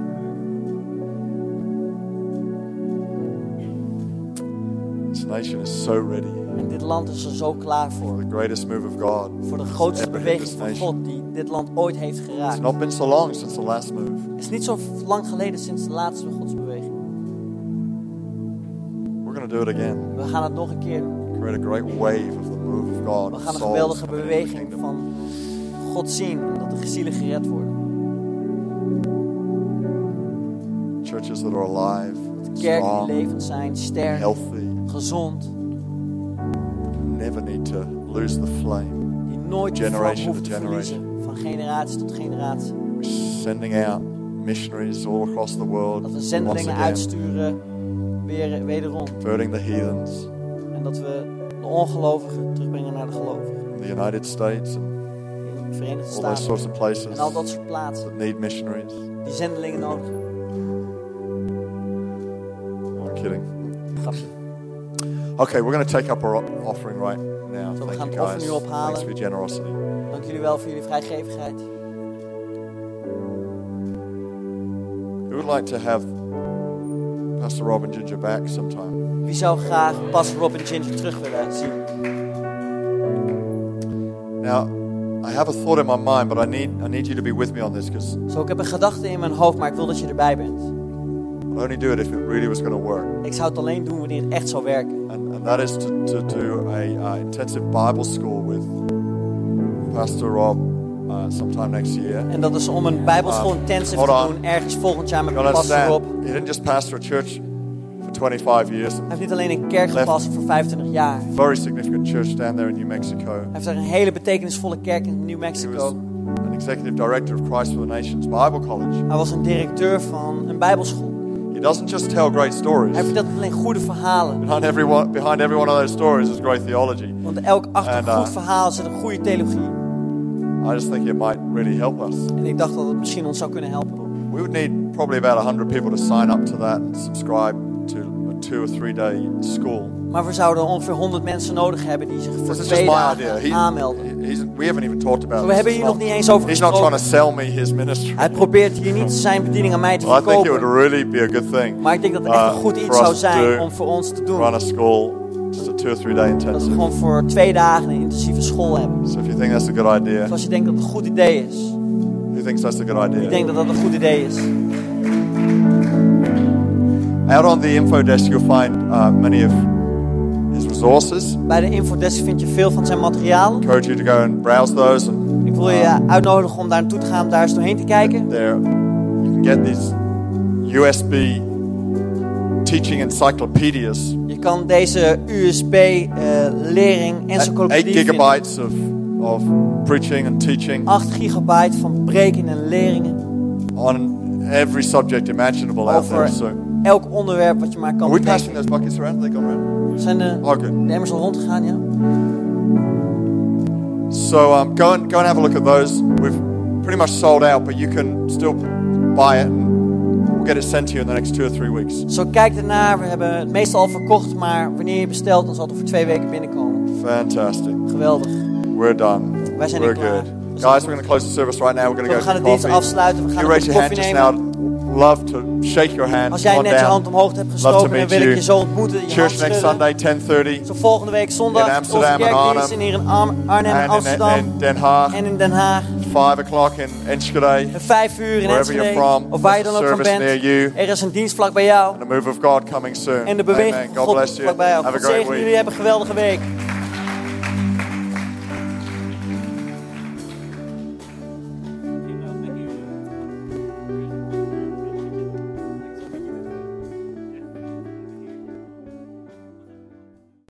Speaker 2: This nation is so ready for
Speaker 1: En dit land is er zo klaar voor.
Speaker 2: the greatest move of God.
Speaker 1: Voor de grootste
Speaker 2: Ever hit this
Speaker 1: beweging van
Speaker 2: nation.
Speaker 1: God die dit land ooit heeft geraakt.
Speaker 2: It's not been so long since the last move.
Speaker 1: Het is niet zo lang geleden sinds de laatste godsbeweging.
Speaker 2: We're going to do it again.
Speaker 1: We gaan het nog een keer doen.
Speaker 2: Create a great wave of the move of God.
Speaker 1: We gaan een
Speaker 2: Souls
Speaker 1: geweldige
Speaker 2: coming into the
Speaker 1: beweging
Speaker 2: kingdom.
Speaker 1: van God zien. Dat de zielen gered worden.
Speaker 2: churches that are alive,
Speaker 1: Kerken die
Speaker 2: strong,
Speaker 1: levend zijn, sterk,
Speaker 2: healthy,
Speaker 1: gezond.
Speaker 2: never need to lose the flame.
Speaker 1: Die nooit de vlam
Speaker 2: Generation
Speaker 1: hoeft
Speaker 2: to
Speaker 1: te verliezen. Van generatie tot generatie.
Speaker 2: We're sending out missionaries all across the world,
Speaker 1: Dat we
Speaker 2: once
Speaker 1: zendelingen
Speaker 2: again,
Speaker 1: uitsturen, weer, wederom.
Speaker 2: converting the heathens
Speaker 1: En dat we de ongelovigen terugbrengen naar de gelovigen.
Speaker 2: in the United States and
Speaker 1: In de Verenigde
Speaker 2: all those
Speaker 1: Staten.
Speaker 2: sorts of places
Speaker 1: En al dat
Speaker 2: that
Speaker 1: soort plaatsen
Speaker 2: need missionaries.
Speaker 1: die zendelingen nodig hebben.
Speaker 2: I'm kidding.
Speaker 1: Grapje.
Speaker 2: Okay, we're going to take up our o- offering right now.
Speaker 1: Zo, we gaan
Speaker 2: Thank
Speaker 1: het
Speaker 2: you
Speaker 1: offer
Speaker 2: guys.
Speaker 1: nu ophalen.
Speaker 2: Thanks for your generosity.
Speaker 1: Dank jullie wel voor jullie vrijgevigheid.
Speaker 2: Who would like to have Pastor Rob and Ginger back sometime?
Speaker 1: Wie zou graag pas Rob en Ginger terug willen zien?
Speaker 2: Now, I have a thought in my mind, but I need I need you to be with me on this because
Speaker 1: Zo, ik heb een gedachte in mijn hoofd, maar ik wil dat je erbij bent.
Speaker 2: I'd only do it if it really was going to work.
Speaker 1: Ik zou het alleen doen wanneer het echt zou werken.
Speaker 2: And, and that is to, to do a uh, intensive Bible school with Pastor Rob uh, sometime next year.
Speaker 1: En dat is om een bijbelschool intensive
Speaker 2: Ah, Hold
Speaker 1: te
Speaker 2: on.
Speaker 1: doen ergens volgend jaar met
Speaker 2: You
Speaker 1: Pastor Rob.
Speaker 2: understand? He didn't just pastor a church for 25 years.
Speaker 1: Hij heeft niet alleen een kerk
Speaker 2: Left.
Speaker 1: gepast voor 25 jaar. Hij
Speaker 2: Very significant church down there in New Mexico.
Speaker 1: heeft daar een hele betekenisvolle kerk in New
Speaker 2: He was
Speaker 1: Mexico.
Speaker 2: an executive director of Christ for the Nations Bible College.
Speaker 1: Hij was een directeur van een bijbelschool.
Speaker 2: He doesn't just tell great stories.
Speaker 1: Hij vertelt niet alleen goede verhalen.
Speaker 2: Behind every one, behind every one of those stories is great theology.
Speaker 1: Want elk achter
Speaker 2: En,
Speaker 1: een goed
Speaker 2: eh,
Speaker 1: verhaal zit een goede theologie.
Speaker 2: I just think it might really help us.
Speaker 1: En ik dacht dat het misschien ons zou kunnen helpen.
Speaker 2: We would need probably about 100 people to sign up to that and subscribe to a two or three day school.
Speaker 1: Maar we zouden ongeveer 100 mensen nodig hebben die zich voor
Speaker 2: This is dus eh,
Speaker 1: twee
Speaker 2: just my
Speaker 1: dagen
Speaker 2: idea. He-
Speaker 1: aanmelden.
Speaker 2: he- he's- we haven't even talked about
Speaker 1: Ah, We
Speaker 2: this.
Speaker 1: hebben
Speaker 2: It's
Speaker 1: hier nog
Speaker 2: not-
Speaker 1: niet eens over
Speaker 2: He's not
Speaker 1: gesproken.
Speaker 2: trying to sell me his ministry.
Speaker 1: Hij probeert hier niet zijn bediening aan mij te
Speaker 2: Well, I think it would
Speaker 1: verkopen.
Speaker 2: really be a good thing.
Speaker 1: Maar ik denk dat het echt
Speaker 2: uh,
Speaker 1: een goed
Speaker 2: for
Speaker 1: iets
Speaker 2: us
Speaker 1: zou
Speaker 2: to
Speaker 1: zijn
Speaker 2: do,
Speaker 1: om voor ons te
Speaker 2: run
Speaker 1: doen.
Speaker 2: a school, just a two or three day
Speaker 1: Dat we
Speaker 2: intensive.
Speaker 1: gewoon voor twee dagen een intensieve school hebben.
Speaker 2: So if you think that's a good idea,
Speaker 1: Dus als je denkt dat het een goed idee is.
Speaker 2: who thinks that's a good
Speaker 1: Ik
Speaker 2: idea?
Speaker 1: denk dat dat een goed idee is.
Speaker 2: Out on the info desk, you'll find uh, many of his resources.
Speaker 1: Bij de infodesk vind je veel van zijn materiaal.
Speaker 2: encourage you to go and browse those and
Speaker 1: Ik wil je uitnodigen om daar naartoe te gaan, om daar eens doorheen te kijken.
Speaker 2: there you can get these USB teaching encyclopedias
Speaker 1: Je kan deze USB-lering
Speaker 2: 8
Speaker 1: encyclopedie eh, vinden.
Speaker 2: gigabytes of, of preaching and teaching
Speaker 1: 8 gigabyte van preken en leringen
Speaker 2: on every subject imaginable out there
Speaker 1: over
Speaker 2: so
Speaker 1: elk onderwerp wat je maar
Speaker 2: are
Speaker 1: kan
Speaker 2: we passing
Speaker 1: bedenken.
Speaker 2: those buckets around they gone around
Speaker 1: Zijn de,
Speaker 2: Oh, good.
Speaker 1: de emmers al rondgegaan, ja?
Speaker 2: so um, go and go and have a look at those we've pretty much sold out but you can still buy it and we'll get it sent to you in the next two or three weeks
Speaker 1: Zo kijk ernaar. We hebben het meestal al verkocht, maar wanneer je bestelt, dan zal het over twee weken binnenkomen.
Speaker 2: fantastic
Speaker 1: Geweldig.
Speaker 2: We're done.
Speaker 1: Wij zijn
Speaker 2: We're
Speaker 1: er klaar.
Speaker 2: good.
Speaker 1: We zijn
Speaker 2: Guys,
Speaker 1: er
Speaker 2: we're going to close the service right now. We're going
Speaker 1: We
Speaker 2: to go
Speaker 1: gaan
Speaker 2: to
Speaker 1: de dienst
Speaker 2: coffee.
Speaker 1: afsluiten. We gaan
Speaker 2: you
Speaker 1: een
Speaker 2: raise
Speaker 1: kop
Speaker 2: your hand
Speaker 1: koffie
Speaker 2: just now.
Speaker 1: nemen.
Speaker 2: Love to shake your hand.
Speaker 1: Als jij
Speaker 2: Come
Speaker 1: net
Speaker 2: on
Speaker 1: je
Speaker 2: down.
Speaker 1: hand omhoog hebt
Speaker 2: Love to
Speaker 1: gestoken, dan
Speaker 2: meet
Speaker 1: wil ik
Speaker 2: you.
Speaker 1: je zo ontmoeten. Je hand
Speaker 2: Church next
Speaker 1: schudden.
Speaker 2: Sunday, 10:30,
Speaker 1: Zo volgende week zondag
Speaker 2: In Amsterdam
Speaker 1: onze
Speaker 2: en
Speaker 1: kerkdienst
Speaker 2: Arnhem.
Speaker 1: in hier in Arm- Arnhem en
Speaker 2: and in,
Speaker 1: Amsterdam
Speaker 2: in Den Haag,
Speaker 1: en in Den Haag.
Speaker 2: 5 o'clock in Enschede.
Speaker 1: En vijf uur in
Speaker 2: Wherever you're
Speaker 1: Enschede,
Speaker 2: from,
Speaker 1: of waar je dan ook van
Speaker 2: service
Speaker 1: bent.
Speaker 2: near you.
Speaker 1: Er is een dienst vlak bij jou
Speaker 2: The move of God coming soon.
Speaker 1: en de beweging
Speaker 2: Amen.
Speaker 1: van
Speaker 2: God
Speaker 1: God
Speaker 2: bless you.
Speaker 1: vlak bij jou.
Speaker 2: Have a
Speaker 1: God
Speaker 2: great
Speaker 1: zegen jullie,
Speaker 2: week.
Speaker 1: hebben een geweldige week.